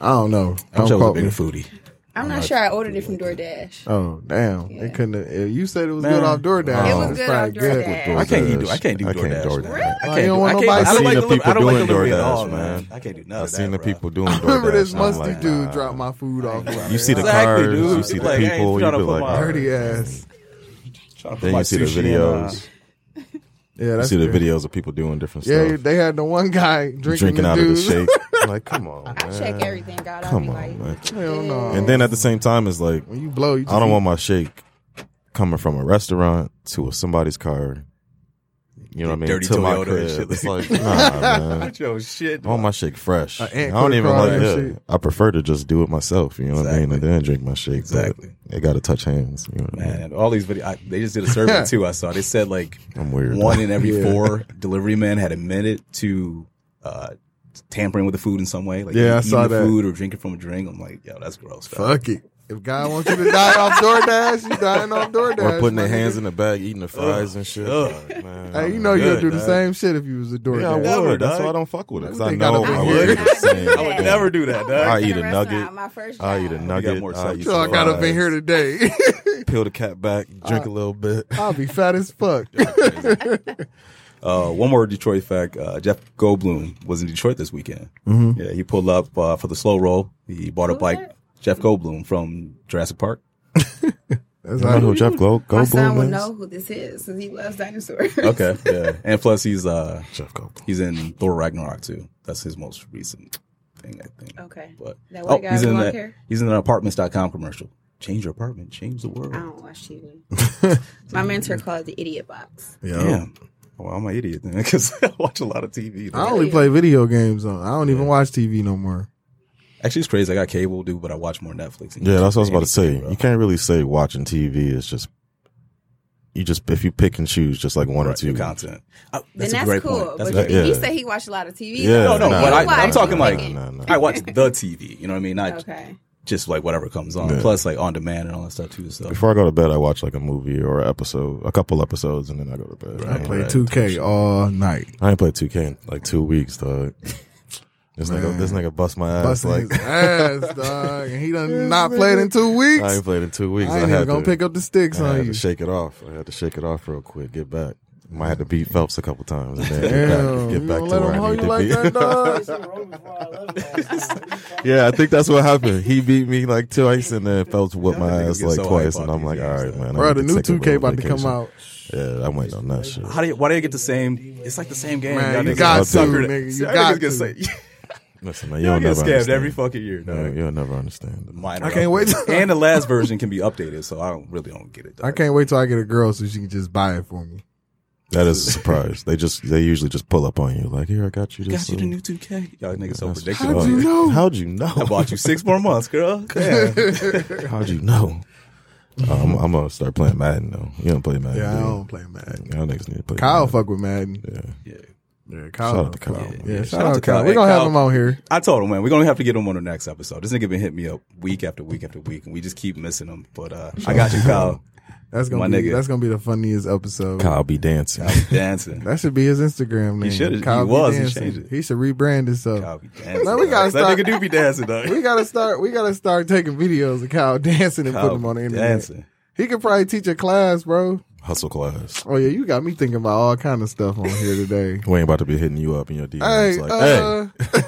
[SPEAKER 2] I don't know.
[SPEAKER 1] I'm
[SPEAKER 2] Don't
[SPEAKER 1] sure I was a
[SPEAKER 2] quote
[SPEAKER 1] big
[SPEAKER 2] me.
[SPEAKER 1] foodie.
[SPEAKER 4] I'm not sure I ordered it from DoorDash.
[SPEAKER 2] Oh damn!
[SPEAKER 4] Yeah.
[SPEAKER 2] It couldn't. Have, if you said it was
[SPEAKER 1] Man.
[SPEAKER 2] good off DoorDash.
[SPEAKER 4] It was
[SPEAKER 2] it's
[SPEAKER 4] good
[SPEAKER 2] probably
[SPEAKER 4] off DoorDash.
[SPEAKER 1] I can't
[SPEAKER 3] DoorDash.
[SPEAKER 1] do. I can't do
[SPEAKER 3] I can't
[SPEAKER 1] DoorDash.
[SPEAKER 3] DoorDash.
[SPEAKER 1] man.
[SPEAKER 3] Really?
[SPEAKER 1] I
[SPEAKER 2] Oh,
[SPEAKER 1] can't
[SPEAKER 2] you
[SPEAKER 1] do.
[SPEAKER 2] don't
[SPEAKER 1] I
[SPEAKER 2] want
[SPEAKER 1] can't.
[SPEAKER 2] nobody-
[SPEAKER 1] I don't
[SPEAKER 2] I've
[SPEAKER 1] like
[SPEAKER 3] seen the
[SPEAKER 1] delivery. I
[SPEAKER 3] people
[SPEAKER 1] don't like
[SPEAKER 3] doing
[SPEAKER 1] delivery at
[SPEAKER 3] DoorDash,
[SPEAKER 1] all,
[SPEAKER 3] man.
[SPEAKER 1] man. I can't do none
[SPEAKER 3] I've
[SPEAKER 1] of that.
[SPEAKER 3] seen the
[SPEAKER 1] bruh.
[SPEAKER 3] people doing.
[SPEAKER 2] I remember this
[SPEAKER 3] DoorDash, and I'm
[SPEAKER 2] musty
[SPEAKER 3] like,
[SPEAKER 2] dude
[SPEAKER 3] nah.
[SPEAKER 2] dropped my food off.
[SPEAKER 3] You see the
[SPEAKER 1] Exactly,
[SPEAKER 3] cars,
[SPEAKER 1] dude.
[SPEAKER 3] you see the
[SPEAKER 1] Like, I ain't
[SPEAKER 3] people, you
[SPEAKER 1] trying
[SPEAKER 3] be
[SPEAKER 1] to put
[SPEAKER 3] like,
[SPEAKER 1] my-
[SPEAKER 3] alright.
[SPEAKER 2] dirty ass.
[SPEAKER 1] Trying to put
[SPEAKER 3] Then
[SPEAKER 1] my
[SPEAKER 3] you see the
[SPEAKER 1] sushi in, uh,
[SPEAKER 3] videos.
[SPEAKER 2] Yeah,
[SPEAKER 3] You
[SPEAKER 2] that's
[SPEAKER 3] see the
[SPEAKER 2] good.
[SPEAKER 3] videos of people doing different
[SPEAKER 2] Yeah,
[SPEAKER 3] stuff.
[SPEAKER 2] they had the one guy drinking,
[SPEAKER 3] drinking
[SPEAKER 2] the
[SPEAKER 3] out
[SPEAKER 2] dude.
[SPEAKER 3] of the shake. like, come on,
[SPEAKER 4] I check
[SPEAKER 3] man.
[SPEAKER 4] everything out. I'll be
[SPEAKER 3] Uh, Come on,
[SPEAKER 4] like,
[SPEAKER 3] man.
[SPEAKER 2] Hell no.
[SPEAKER 3] And then at the same time, it's like
[SPEAKER 2] when you blow, you just
[SPEAKER 3] I don't want my shake coming from a restaurant to somebody's car. You know what I mean?
[SPEAKER 1] Dirty
[SPEAKER 3] to my
[SPEAKER 1] Toyota and
[SPEAKER 3] crib.
[SPEAKER 1] shit.
[SPEAKER 3] It's like nah, man.
[SPEAKER 1] Put your shit.
[SPEAKER 3] I want my shake fresh.
[SPEAKER 2] A
[SPEAKER 3] I
[SPEAKER 2] ant
[SPEAKER 3] don't
[SPEAKER 2] could
[SPEAKER 3] even
[SPEAKER 2] crawl
[SPEAKER 3] like.
[SPEAKER 2] and
[SPEAKER 3] Yeah,
[SPEAKER 2] shit.
[SPEAKER 3] I prefer to just do it myself. You know what I mean? And
[SPEAKER 1] Exactly.
[SPEAKER 3] then drink my shake. but
[SPEAKER 1] Exactly.
[SPEAKER 3] It got to touch hands. You know what I mean?
[SPEAKER 1] Man, all these videos. They just did a survey too. I saw. They said like
[SPEAKER 3] I'm weird.
[SPEAKER 1] one in every
[SPEAKER 2] Yeah.
[SPEAKER 1] four delivery men had admitted to uh, tampering with the food in some way, like
[SPEAKER 2] Yeah, I
[SPEAKER 1] eating
[SPEAKER 2] saw
[SPEAKER 1] the
[SPEAKER 2] that.
[SPEAKER 1] food or drinking from a drink. I'm like, yo, that's gross. dog.
[SPEAKER 2] Fuck it. If God wants you to die off DoorDash, you dying off DoorDash.
[SPEAKER 3] Or putting
[SPEAKER 2] my
[SPEAKER 3] their hands
[SPEAKER 2] nigga.
[SPEAKER 3] in the bag, eating the fries and shit. Like, man,
[SPEAKER 2] Hey, you
[SPEAKER 3] I'm
[SPEAKER 2] know you'll
[SPEAKER 3] good,
[SPEAKER 2] do the
[SPEAKER 3] dog.
[SPEAKER 2] same shit if you was a
[SPEAKER 3] Yeah, I
[SPEAKER 2] DoorDash.
[SPEAKER 1] Never,
[SPEAKER 3] would. That's
[SPEAKER 1] dog.
[SPEAKER 3] why I don't fuck with it. 'cause
[SPEAKER 2] They
[SPEAKER 3] I
[SPEAKER 2] gotta
[SPEAKER 3] know
[SPEAKER 2] be
[SPEAKER 3] I
[SPEAKER 2] good.
[SPEAKER 3] would do the same.
[SPEAKER 4] I would never
[SPEAKER 3] do that.
[SPEAKER 4] I
[SPEAKER 3] I
[SPEAKER 4] worked
[SPEAKER 3] eat
[SPEAKER 4] in
[SPEAKER 3] a
[SPEAKER 4] restaurant
[SPEAKER 3] nugget.
[SPEAKER 4] My first
[SPEAKER 3] I eat a
[SPEAKER 4] job.
[SPEAKER 3] nugget.
[SPEAKER 1] more
[SPEAKER 3] I eat
[SPEAKER 1] self-control.
[SPEAKER 2] So I got up in Uh,
[SPEAKER 3] fries,
[SPEAKER 2] here today.
[SPEAKER 3] Peel the cap back, drink a little bit.
[SPEAKER 2] I'll be fat as fuck.
[SPEAKER 1] Uh, one more Detroit fact: uh, Jeff Goldblum was in Detroit this weekend. Mm-hmm. Yeah, he pulled up uh, for the slow roll. He bought a bike. Jeff Goldblum from Jurassic Park.
[SPEAKER 2] That's
[SPEAKER 3] I know
[SPEAKER 2] how
[SPEAKER 3] who Jeff Gold,
[SPEAKER 4] My son will
[SPEAKER 3] Goldblum is.
[SPEAKER 4] know who this is since he loves dinosaurs.
[SPEAKER 1] Okay, yeah, and plus he's uh,
[SPEAKER 3] Jeff Goldblum.
[SPEAKER 1] he's in Thor Ragnarok too. That's his most recent thing, I think.
[SPEAKER 4] Okay.
[SPEAKER 1] But
[SPEAKER 4] That
[SPEAKER 1] oh,
[SPEAKER 4] white guy
[SPEAKER 1] he's in
[SPEAKER 4] with long
[SPEAKER 1] that,
[SPEAKER 4] hair.
[SPEAKER 1] he's in an apartments.com commercial. Change your apartment, change the world.
[SPEAKER 4] I don't watch TV. My mentor called it the idiot box.
[SPEAKER 2] yeah.
[SPEAKER 1] Damn. Well, I'm an idiot then because I watch a lot of TV.
[SPEAKER 2] I
[SPEAKER 1] though.
[SPEAKER 2] only play video games on. I don't even watch TV no more.
[SPEAKER 1] Actually, it's crazy. I got cable, dude, but I watch more Netflix.
[SPEAKER 3] Yeah, that's what I was about to say.
[SPEAKER 1] Bro.
[SPEAKER 3] You can't really say watching TV is just you just if you pick and choose just like one or
[SPEAKER 1] Right,
[SPEAKER 3] two.
[SPEAKER 1] your content. Oh,
[SPEAKER 4] Then
[SPEAKER 1] that's,
[SPEAKER 4] that's,
[SPEAKER 1] a great
[SPEAKER 4] cool.
[SPEAKER 1] point. That's a
[SPEAKER 4] but
[SPEAKER 1] great
[SPEAKER 4] you,
[SPEAKER 3] yeah.
[SPEAKER 4] you say he watched a lot of TV.
[SPEAKER 3] Yeah,
[SPEAKER 1] No, no,
[SPEAKER 3] nah,
[SPEAKER 1] but I,
[SPEAKER 3] nah,
[SPEAKER 1] I'm
[SPEAKER 3] nah,
[SPEAKER 1] talking
[SPEAKER 3] nah,
[SPEAKER 1] like
[SPEAKER 3] nah, nah.
[SPEAKER 1] I watch the TV. You know what I mean? Not
[SPEAKER 4] Okay.
[SPEAKER 1] just like whatever comes on.
[SPEAKER 3] Yeah.
[SPEAKER 1] Plus, like on demand and all that stuff too. So
[SPEAKER 3] Before I go to bed, I watch like a movie or an episode, a couple episodes, and then I go to bed.
[SPEAKER 2] I
[SPEAKER 3] ain't
[SPEAKER 2] play
[SPEAKER 3] like-
[SPEAKER 2] 2K all night.
[SPEAKER 3] I ain't played 2K in like two weeks, dog. This nigga, this nigga bust my ass.
[SPEAKER 2] Busting
[SPEAKER 3] like
[SPEAKER 2] his ass, dog. And he done not played in two weeks.
[SPEAKER 3] I ain't played in two weeks.
[SPEAKER 2] I ain't even
[SPEAKER 3] had
[SPEAKER 2] gonna
[SPEAKER 3] to,
[SPEAKER 2] pick up the sticks
[SPEAKER 3] I
[SPEAKER 2] on
[SPEAKER 3] had
[SPEAKER 2] you.
[SPEAKER 3] to shake it off. I had to shake it off real quick. Get back. Might have to beat Phelps a couple times and then get
[SPEAKER 2] Damn,
[SPEAKER 3] back,
[SPEAKER 2] you
[SPEAKER 3] get
[SPEAKER 2] gonna
[SPEAKER 3] back to
[SPEAKER 2] let
[SPEAKER 3] where
[SPEAKER 2] him
[SPEAKER 3] I
[SPEAKER 2] hold
[SPEAKER 3] need
[SPEAKER 2] you
[SPEAKER 3] to
[SPEAKER 2] like
[SPEAKER 3] be.
[SPEAKER 2] that, dog?
[SPEAKER 3] Yeah, I think that's what happened. He beat me like twice, and then Phelps whooped
[SPEAKER 1] Yeah,
[SPEAKER 3] my
[SPEAKER 1] niggas
[SPEAKER 3] ass
[SPEAKER 1] get
[SPEAKER 3] like
[SPEAKER 1] so
[SPEAKER 3] twice,
[SPEAKER 1] hype
[SPEAKER 3] and
[SPEAKER 1] off
[SPEAKER 3] I'm like,
[SPEAKER 1] these
[SPEAKER 3] all
[SPEAKER 1] games,
[SPEAKER 3] right,
[SPEAKER 1] though.
[SPEAKER 3] man.
[SPEAKER 2] Bro,
[SPEAKER 3] I'm
[SPEAKER 2] the
[SPEAKER 3] gonna
[SPEAKER 2] new
[SPEAKER 3] take a
[SPEAKER 2] 2K
[SPEAKER 3] little
[SPEAKER 2] about to come
[SPEAKER 3] vacation.
[SPEAKER 2] out.
[SPEAKER 3] Yeah, I'm waiting on that shit.
[SPEAKER 1] how do you? Why do you get the same? It's like the same game.
[SPEAKER 2] Man,
[SPEAKER 1] Y'all
[SPEAKER 2] you
[SPEAKER 1] niggas
[SPEAKER 2] got
[SPEAKER 1] get
[SPEAKER 3] to,
[SPEAKER 1] suckered.
[SPEAKER 2] nigga, you
[SPEAKER 1] Y'all
[SPEAKER 2] got
[SPEAKER 1] niggas get
[SPEAKER 2] to.
[SPEAKER 1] suck-
[SPEAKER 3] Listen, man, you
[SPEAKER 1] Y'all
[SPEAKER 3] don't
[SPEAKER 1] get
[SPEAKER 3] never
[SPEAKER 1] scammed
[SPEAKER 3] understand.
[SPEAKER 1] every fucking year.
[SPEAKER 3] No,
[SPEAKER 1] dog.
[SPEAKER 3] you'll never understand.
[SPEAKER 1] Minor
[SPEAKER 2] I can't wait
[SPEAKER 1] updates.
[SPEAKER 2] to-
[SPEAKER 1] and the last version can be updated, so I don't really don't get it. dog.
[SPEAKER 2] I can't wait till I get a girl so she can just buy it for me.
[SPEAKER 3] That is a surprise. They just they usually just pull up on you like, here, I got you. This
[SPEAKER 1] Got you the
[SPEAKER 3] little-
[SPEAKER 1] new 2K. Y'all niggas so
[SPEAKER 3] That's-
[SPEAKER 1] predictable.
[SPEAKER 2] How'd you know?
[SPEAKER 3] How'd you know?
[SPEAKER 1] I bought you six more months, girl. Damn.
[SPEAKER 3] How'd you know? Uh, I'm, I'm gonna start playing Madden though. You don't play Madden.
[SPEAKER 2] Yeah,
[SPEAKER 3] do
[SPEAKER 2] I
[SPEAKER 3] you?
[SPEAKER 2] don't play Madden.
[SPEAKER 3] Y'all niggas need to play.
[SPEAKER 2] Kyle
[SPEAKER 3] Madden.
[SPEAKER 2] fuck with Madden.
[SPEAKER 1] Yeah.
[SPEAKER 2] Yeah, Kyle.
[SPEAKER 3] Shout out to
[SPEAKER 2] fuck-
[SPEAKER 3] Kyle.
[SPEAKER 2] Yeah,
[SPEAKER 3] man.
[SPEAKER 2] shout, out to Kyle. We're
[SPEAKER 1] Hey,
[SPEAKER 2] gonna have
[SPEAKER 1] Kyle.
[SPEAKER 2] him on here.
[SPEAKER 1] I told him, man, we're gonna have to get him on the next episode. This nigga been hitting me up week after week after week, and we just keep missing him. But uh, I got you, Kyle.
[SPEAKER 2] That's gonna
[SPEAKER 1] My
[SPEAKER 2] be
[SPEAKER 1] nigga.
[SPEAKER 2] that's gonna be the funniest episode.
[SPEAKER 3] Kyle be dancing.
[SPEAKER 1] Kyle be dancing.
[SPEAKER 2] That should be his Instagram name.
[SPEAKER 1] should. He
[SPEAKER 2] B.
[SPEAKER 1] was. He
[SPEAKER 2] Danson.
[SPEAKER 1] changed it.
[SPEAKER 2] He should rebrand himself.
[SPEAKER 1] Kyle be dancing.
[SPEAKER 2] Man, we
[SPEAKER 1] dog.
[SPEAKER 2] gotta
[SPEAKER 1] that
[SPEAKER 2] start-
[SPEAKER 1] nigga do be dancing, dog.
[SPEAKER 2] We gotta start. We gotta start taking videos of Kyle dancing and
[SPEAKER 1] Kyle
[SPEAKER 2] putting them on the
[SPEAKER 1] be
[SPEAKER 2] internet.
[SPEAKER 1] dancing.
[SPEAKER 2] He could probably teach a class, bro.
[SPEAKER 3] Hustle class.
[SPEAKER 2] Oh yeah, you got me thinking about all kind of stuff on here today.
[SPEAKER 3] We ain't about to be hitting you up in your DMs.
[SPEAKER 2] hey,
[SPEAKER 3] like,
[SPEAKER 2] uh,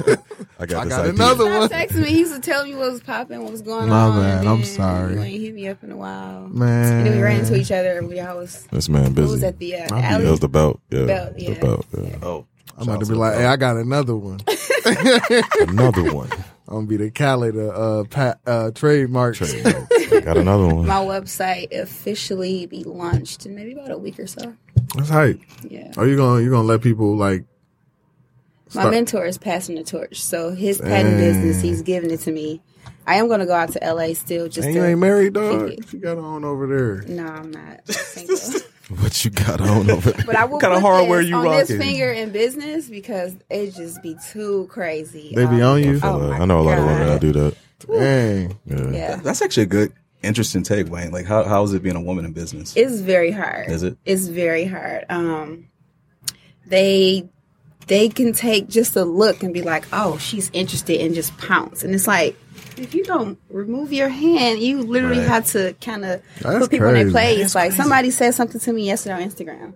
[SPEAKER 3] hey, I got
[SPEAKER 2] I
[SPEAKER 3] this
[SPEAKER 2] got
[SPEAKER 3] idea.
[SPEAKER 2] another
[SPEAKER 4] Stop
[SPEAKER 2] one.
[SPEAKER 4] texting me. He used to tell me what was popping, what was going
[SPEAKER 2] My
[SPEAKER 4] on.
[SPEAKER 2] bad.
[SPEAKER 4] and
[SPEAKER 2] I'm
[SPEAKER 4] then
[SPEAKER 2] sorry.
[SPEAKER 4] You ain't hit me up in a while.
[SPEAKER 2] Man.
[SPEAKER 4] And then we ran into each other and we all was,
[SPEAKER 3] This man
[SPEAKER 4] who
[SPEAKER 3] busy.
[SPEAKER 4] was at the uh,
[SPEAKER 2] be-
[SPEAKER 3] It
[SPEAKER 4] alley?
[SPEAKER 3] was the belt. Yeah,
[SPEAKER 4] Belt,
[SPEAKER 3] the
[SPEAKER 4] yeah.
[SPEAKER 3] belt. Yeah.
[SPEAKER 1] Oh,
[SPEAKER 2] I'm about to be like, hey, I got another one.
[SPEAKER 3] another one.
[SPEAKER 2] I'm gonna be the Cali the uh, pat, uh trademarks.
[SPEAKER 3] I got another one.
[SPEAKER 4] My website officially be launched in maybe about a week or so.
[SPEAKER 2] That's hype.
[SPEAKER 4] Yeah.
[SPEAKER 2] Are you gonna you gonna let people like?
[SPEAKER 4] My
[SPEAKER 2] Start-
[SPEAKER 4] mentor is passing the torch. So his patent business, he's giving it to me. I am going to go out to LA still just
[SPEAKER 2] And
[SPEAKER 4] to.
[SPEAKER 2] you ain't married, dog.
[SPEAKER 4] Kick it.
[SPEAKER 2] What You got on over there.
[SPEAKER 4] No, I'm not. Single.
[SPEAKER 3] What you got on over there?
[SPEAKER 4] But I will
[SPEAKER 1] Kinda
[SPEAKER 4] put
[SPEAKER 1] hardware
[SPEAKER 4] this
[SPEAKER 1] you
[SPEAKER 4] on
[SPEAKER 1] rocking?
[SPEAKER 4] this finger in business because it just be too crazy.
[SPEAKER 2] They be
[SPEAKER 4] Um,
[SPEAKER 2] on you?
[SPEAKER 3] I, feel
[SPEAKER 4] Oh
[SPEAKER 3] like-
[SPEAKER 4] my
[SPEAKER 3] Uh, I know a lot of women
[SPEAKER 4] God.
[SPEAKER 3] that do that.
[SPEAKER 2] Dang.
[SPEAKER 3] Yeah.
[SPEAKER 4] Yeah,
[SPEAKER 1] that's actually a good, interesting take, Wayne. Like, how how is it being a woman in business?
[SPEAKER 4] it's very hard.
[SPEAKER 1] Is it?
[SPEAKER 4] It's very hard. Um, they they can take just a look and be like, "Oh, she's interested," and just pounce. And it's like, if you don't remove your hand, you literally
[SPEAKER 3] Right.
[SPEAKER 4] have to kind of
[SPEAKER 2] That's
[SPEAKER 4] put people in
[SPEAKER 2] crazy.
[SPEAKER 4] their place. like somebody said something to me yesterday on Instagram.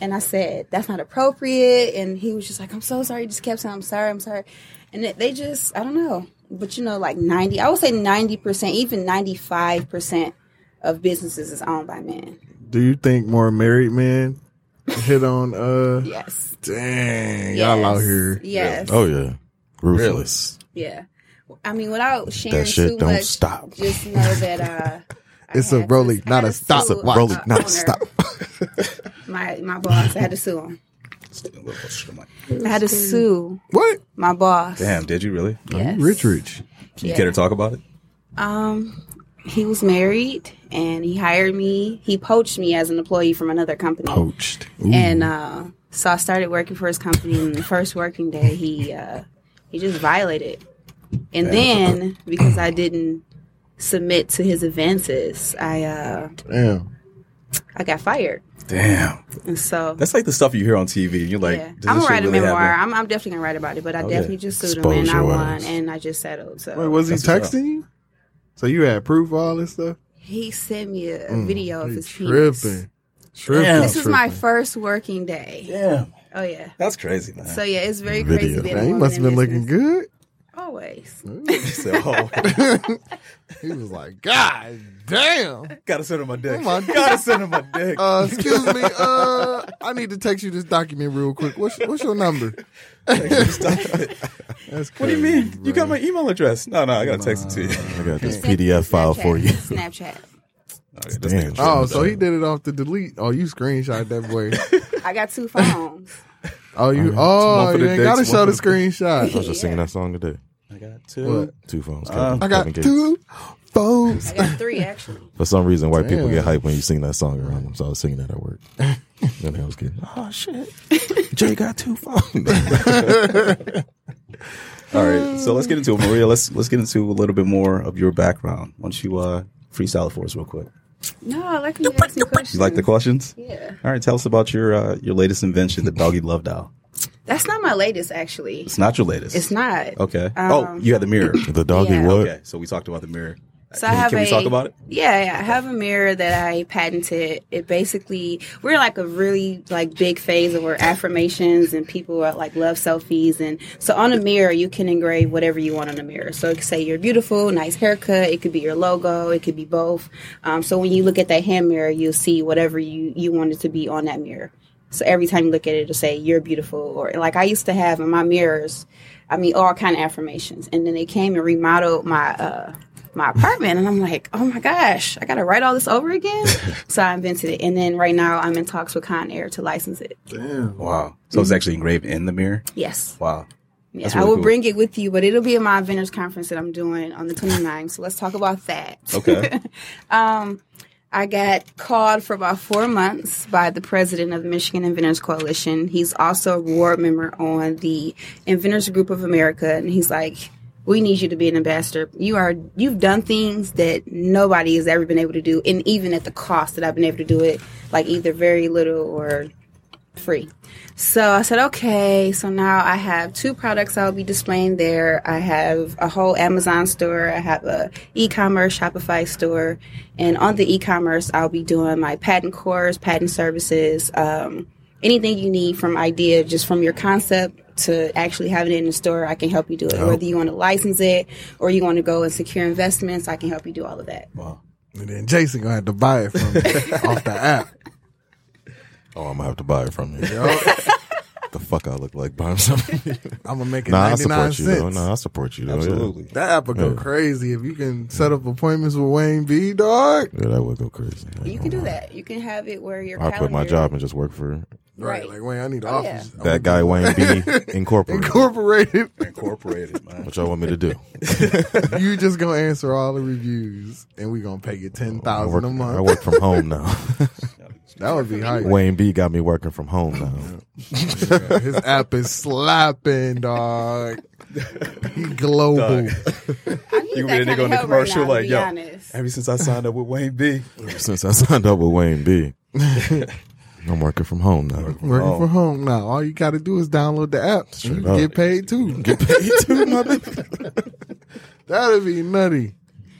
[SPEAKER 4] And I said, that's not appropriate. And he was just like, I'm so sorry. He just kept saying, I'm sorry, I'm sorry. And it, they just, I don't know. But you know, like 90, I would say 90%, even 95% of businesses is owned by men.
[SPEAKER 2] Do you think more married men hit on? uh
[SPEAKER 4] Yes.
[SPEAKER 2] Dang,
[SPEAKER 4] yes.
[SPEAKER 2] y'all out here.
[SPEAKER 4] Yes.
[SPEAKER 3] Oh yeah. Ruthless.
[SPEAKER 4] Yeah. I mean, without sharing
[SPEAKER 3] That shit
[SPEAKER 4] too
[SPEAKER 3] don't
[SPEAKER 4] much,
[SPEAKER 3] stop.
[SPEAKER 4] just know that uh, I
[SPEAKER 2] It's a
[SPEAKER 4] had to-
[SPEAKER 2] rolling,
[SPEAKER 4] I
[SPEAKER 2] not
[SPEAKER 4] had
[SPEAKER 2] a
[SPEAKER 4] to
[SPEAKER 2] stop.
[SPEAKER 4] sue,
[SPEAKER 2] It's a rolling,
[SPEAKER 4] uh,
[SPEAKER 2] not a
[SPEAKER 4] owner.
[SPEAKER 2] stop.
[SPEAKER 4] My my boss, I had to sue him. I had to sue
[SPEAKER 2] What?
[SPEAKER 4] my boss.
[SPEAKER 1] Damn, did you really?
[SPEAKER 4] Yes.
[SPEAKER 2] Rich, rich.
[SPEAKER 1] Can you
[SPEAKER 4] Yeah.
[SPEAKER 1] care to talk about it?
[SPEAKER 4] Um, he was married and he hired me. He poached me as an employee from another company.
[SPEAKER 2] Poached.
[SPEAKER 4] And uh, so I started working for his company. And the first working day, he uh, he just violated. And then because I didn't submit to his advances, I uh,
[SPEAKER 2] Damn.
[SPEAKER 4] I got fired.
[SPEAKER 1] Damn.
[SPEAKER 4] And so
[SPEAKER 1] That's like the stuff you hear on TV. You're like,
[SPEAKER 4] yeah.
[SPEAKER 1] does
[SPEAKER 4] I'm
[SPEAKER 1] this
[SPEAKER 4] gonna
[SPEAKER 1] shit
[SPEAKER 4] write a
[SPEAKER 1] really
[SPEAKER 4] memoir.
[SPEAKER 1] happen?
[SPEAKER 4] I'm, I'm definitely gonna write about it, but I
[SPEAKER 1] Okay.
[SPEAKER 4] definitely just sued him
[SPEAKER 3] Expose
[SPEAKER 4] and I
[SPEAKER 3] your
[SPEAKER 4] won
[SPEAKER 3] ass.
[SPEAKER 4] and I just settled. So
[SPEAKER 2] Wait, was he
[SPEAKER 1] That's what's
[SPEAKER 2] texting you? So you had proof of all this stuff?
[SPEAKER 4] he sent me a, a
[SPEAKER 2] Mm,
[SPEAKER 4] video of
[SPEAKER 2] he
[SPEAKER 4] his penis.
[SPEAKER 2] tripping. Tripping.
[SPEAKER 1] Damn.
[SPEAKER 4] This was my
[SPEAKER 2] tripping.
[SPEAKER 4] first working day.
[SPEAKER 1] Damn.
[SPEAKER 4] Oh yeah.
[SPEAKER 1] That's crazy, man.
[SPEAKER 4] So yeah, it's very
[SPEAKER 3] Video.
[SPEAKER 4] crazy. being a
[SPEAKER 2] Dang, he
[SPEAKER 4] woman
[SPEAKER 2] must have
[SPEAKER 4] in
[SPEAKER 2] been looking
[SPEAKER 4] business.
[SPEAKER 2] good.
[SPEAKER 4] Always.
[SPEAKER 1] She said, oh,
[SPEAKER 2] he was like, God damn.
[SPEAKER 1] gotta send him my dick.
[SPEAKER 2] Oh my
[SPEAKER 1] gotta send him my dick.
[SPEAKER 2] Uh, excuse me. Uh, I need to text you this document real quick. What's what's your number? That's
[SPEAKER 1] what do you
[SPEAKER 2] crazy,
[SPEAKER 1] mean? You got
[SPEAKER 2] bro.
[SPEAKER 1] my email address. No, no, I gotta text it to you.
[SPEAKER 3] I got this
[SPEAKER 4] Sent it to
[SPEAKER 3] PDF file
[SPEAKER 4] Snapchat.
[SPEAKER 3] for you.
[SPEAKER 4] Snapchat.
[SPEAKER 1] Okay, that's
[SPEAKER 3] Damn.
[SPEAKER 1] the-
[SPEAKER 2] Oh, so he did it off the delete. Oh, you screenshot that boy.
[SPEAKER 4] I got two phones.
[SPEAKER 2] Oh, you.
[SPEAKER 3] Alright.
[SPEAKER 2] Oh,
[SPEAKER 3] One for
[SPEAKER 2] you
[SPEAKER 3] the
[SPEAKER 2] ain't gotta
[SPEAKER 3] dicks,
[SPEAKER 2] show
[SPEAKER 3] one
[SPEAKER 2] the
[SPEAKER 3] for the-
[SPEAKER 2] screenshot.
[SPEAKER 3] I was just singing that song today.
[SPEAKER 1] I got two.
[SPEAKER 3] Two phones.
[SPEAKER 1] Uh,
[SPEAKER 3] Captain-
[SPEAKER 2] I
[SPEAKER 3] Captain
[SPEAKER 2] got
[SPEAKER 3] Gates.
[SPEAKER 2] two phones.
[SPEAKER 4] I got three actually.
[SPEAKER 3] For some reason, white people
[SPEAKER 2] Damn.
[SPEAKER 3] get hyped when you sing that song around them. So I was singing that at work. and I was kidding. Oh shit! Jay got two phones.
[SPEAKER 1] All right, so let's get into it, Maria. Let's let's get into a little bit more of your background. Once you uh, freestyle for us, real quick.
[SPEAKER 4] No, I like when you ask me questions.
[SPEAKER 1] You like the questions?
[SPEAKER 4] Yeah.
[SPEAKER 1] All right, tell us about your uh, your latest invention, the doggy love doll.
[SPEAKER 4] That's not my latest actually.
[SPEAKER 1] It's not your latest.
[SPEAKER 4] It's um, not.
[SPEAKER 1] Okay. oh, you had the mirror.
[SPEAKER 3] the doggy
[SPEAKER 4] Yeah.
[SPEAKER 3] what?
[SPEAKER 1] okay, so we talked about the mirror.
[SPEAKER 4] So
[SPEAKER 1] can
[SPEAKER 4] I have
[SPEAKER 1] can
[SPEAKER 4] a,
[SPEAKER 1] we talk about it?
[SPEAKER 4] Yeah, yeah, I have a mirror that I patented. It basically we're in, like a really like big phase of where affirmations and people are like love selfies and so on a mirror you can engrave whatever you want on a mirror. So it could say you're beautiful, nice haircut. It could be your logo. It could be both. Um, so when you look at that hand mirror, you'll see whatever you you want it to be on that mirror. So every time you look at it, it'll say you're beautiful, or like I used to have in my mirrors. I mean, all kind of affirmations, and then they came and remodeled my uh, my apartment, and I'm like, oh my gosh, I got to write all this over again. so I invented it, and then right now I'm in talks with Con Air to license it.
[SPEAKER 1] Wow. So
[SPEAKER 4] Mm-hmm.
[SPEAKER 1] it's actually engraved in the mirror.
[SPEAKER 4] Yes,
[SPEAKER 1] Wow.
[SPEAKER 4] yeah,
[SPEAKER 1] That's
[SPEAKER 4] I
[SPEAKER 1] really
[SPEAKER 4] will
[SPEAKER 1] cool.
[SPEAKER 4] bring it with you, but it'll be at my inventors conference that I'm doing on the 29th. So let's talk about that.
[SPEAKER 1] Okay.
[SPEAKER 4] Um, I got called for about four months by the president of the Michigan Inventors Coalition. He's also a board member on the Inventors Group of America, and he's like, "We need you to be an ambassador. You are you've done things that nobody has ever been able to do, and even at the cost that I've been able to do it, like either very little or free." So I said, okay. So now I have two products I'll be displaying there. I have a whole Amazon store. I have a e-commerce Shopify store, and on the e-commerce, I'll be doing my patent course, patent services, um, anything you need from idea, just from your concept to actually having it in the store. I can help you do it. Whether
[SPEAKER 3] Oh.
[SPEAKER 4] you want to license it or you want to go and secure investments, I can help you do all of that.
[SPEAKER 1] Wow.
[SPEAKER 2] And then Jason gonna have to buy it from me off the app.
[SPEAKER 3] Oh, I'm gonna have to buy it from you.
[SPEAKER 2] Yo,
[SPEAKER 3] the fuck I look like buying something?
[SPEAKER 2] I'm gonna make it
[SPEAKER 3] nah, I
[SPEAKER 2] 99
[SPEAKER 3] support you though.
[SPEAKER 2] cents.
[SPEAKER 3] Nah, I support you though. yeah.
[SPEAKER 1] Absolutely.
[SPEAKER 2] That app would go
[SPEAKER 3] Yeah.
[SPEAKER 2] crazy if you can set up appointments with Wayne B. Dog.
[SPEAKER 3] Yeah, that would go crazy. I ain't
[SPEAKER 4] You
[SPEAKER 3] gonna
[SPEAKER 4] can do
[SPEAKER 3] lie.
[SPEAKER 4] that. You can have it where your
[SPEAKER 3] I quit my
[SPEAKER 4] calendar-
[SPEAKER 3] job and just work for
[SPEAKER 4] Right.
[SPEAKER 2] Right, like Wayne, I need an
[SPEAKER 4] Oh, yeah.
[SPEAKER 2] office.
[SPEAKER 3] that guy Wayne B. Incorporated.
[SPEAKER 2] Incorporated.
[SPEAKER 1] Incorporated, man.
[SPEAKER 3] what y'all want me to do?
[SPEAKER 2] you just gonna answer all the reviews, and we gonna pay you ten
[SPEAKER 3] I work,
[SPEAKER 2] thousand a
[SPEAKER 3] I
[SPEAKER 2] month.
[SPEAKER 3] work from home now.
[SPEAKER 2] That would be hype.
[SPEAKER 3] Wayne B. got me working from home now.
[SPEAKER 2] Yeah, His app is slapping, dog. He global.
[SPEAKER 4] I need
[SPEAKER 1] You
[SPEAKER 4] that
[SPEAKER 1] gonna be the
[SPEAKER 4] kind
[SPEAKER 1] nigga
[SPEAKER 4] of
[SPEAKER 1] on the
[SPEAKER 4] help right
[SPEAKER 1] commercial,
[SPEAKER 4] now, to
[SPEAKER 1] like,
[SPEAKER 4] be
[SPEAKER 1] yo.
[SPEAKER 4] honest.
[SPEAKER 1] Ever since I signed up with Wayne B.
[SPEAKER 3] Since I signed up with Wayne B, I'm working from home now.
[SPEAKER 2] Working
[SPEAKER 1] Oh.
[SPEAKER 2] from home now. All you gotta do is download the app. you
[SPEAKER 3] up.
[SPEAKER 2] get paid too. Get paid too, That'd be nutty.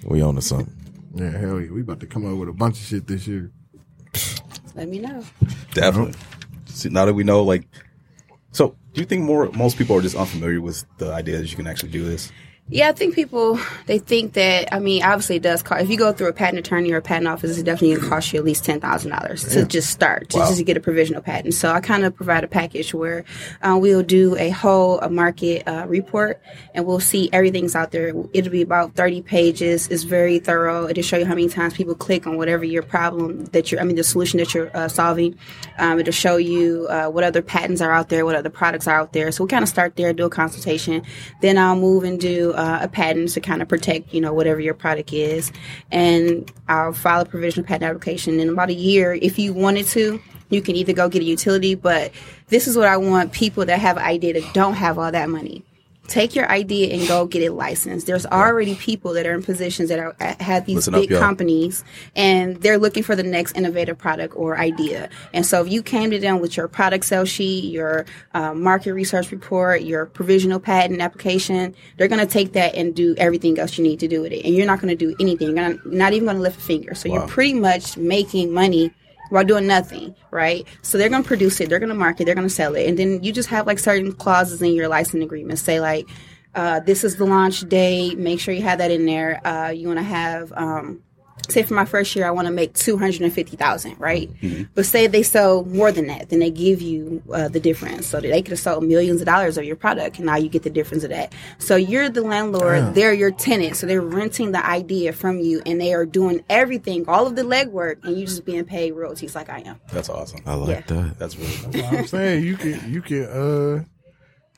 [SPEAKER 3] We on to something.
[SPEAKER 2] Yeah, hell yeah. We about to come up with a bunch of shit this year.
[SPEAKER 4] Let me know.
[SPEAKER 1] Definitely. Uh-huh. See, now that we know, like, so do you think more most people are just unfamiliar with the idea that you can actually do this?
[SPEAKER 4] Yeah, I think people they think that I mean, obviously it does cost if you go through a patent attorney or a patent office, it's definitely gonna cost you at least ten thousand dollars to just start, to just to get a provisional patent. So I kind of provide a package where uh, we'll do a whole a market uh, report and we'll see everything's out there. It'll be about thirty pages. It's very thorough. It'll show you how many times people click on whatever your problem that you're I mean the solution that you're uh, solving. Um, it'll show you uh, what other patents are out there, what other products are out there. So we kind of start there, do a consultation. Then I'll move and do uh, a patent to kind of protect, you know, whatever your product is. And I'll file a provisional patent application in about a year. If you wanted to, you can either go get a utility, but this is what I want people that have an idea that don't have all that money Take your idea and go get it licensed. There's already people that are in positions that are, uh, have these
[SPEAKER 3] Listen up,
[SPEAKER 4] big
[SPEAKER 3] y'all.
[SPEAKER 4] companies and they're looking for the next innovative product or idea. And so if you came to them with your product sell sheet, your uh, market research report, your provisional patent application, they're going to take that and do everything else you need to do with it. And you're not going to do anything. You're not, not even going to lift a finger. So you're pretty much making money while doing nothing, right? So they're going to produce it, they're going to market, they're going to sell it, and then you just have like certain clauses in your license agreement say like, uh, this is the launch date. Make sure you have that in there. Uh, you want to have, um, say, for my first year, I want to make two hundred and fifty thousand, right?
[SPEAKER 3] Mm-hmm.
[SPEAKER 4] But say they sell more than that, then they give you uh, the difference. So they could have sold millions of dollars of your product, and now you get the difference of that. So you're the landlord,
[SPEAKER 3] Oh.
[SPEAKER 4] they're your tenant, so they're renting the idea from you, and they are doing everything, all of the legwork, and you just being paid royalties like I am.
[SPEAKER 1] That's awesome.
[SPEAKER 3] I like that.
[SPEAKER 1] That's really cool.
[SPEAKER 2] I'm saying you can you can uh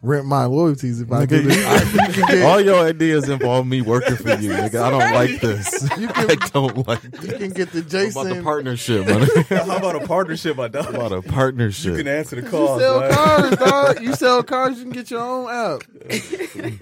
[SPEAKER 2] rent my loyalties if I do this.
[SPEAKER 3] All your ideas involve me working for you, nigga. I don't like this. I don't like
[SPEAKER 2] You
[SPEAKER 3] this.
[SPEAKER 2] can get the
[SPEAKER 3] What about the
[SPEAKER 2] Jason
[SPEAKER 3] partnership, man?
[SPEAKER 6] How about a partnership, my dog?
[SPEAKER 3] about a partnership.
[SPEAKER 6] You can answer the
[SPEAKER 2] You
[SPEAKER 6] call.
[SPEAKER 2] sell
[SPEAKER 6] dog.
[SPEAKER 2] cars, dog. You sell cars, you can get your own app.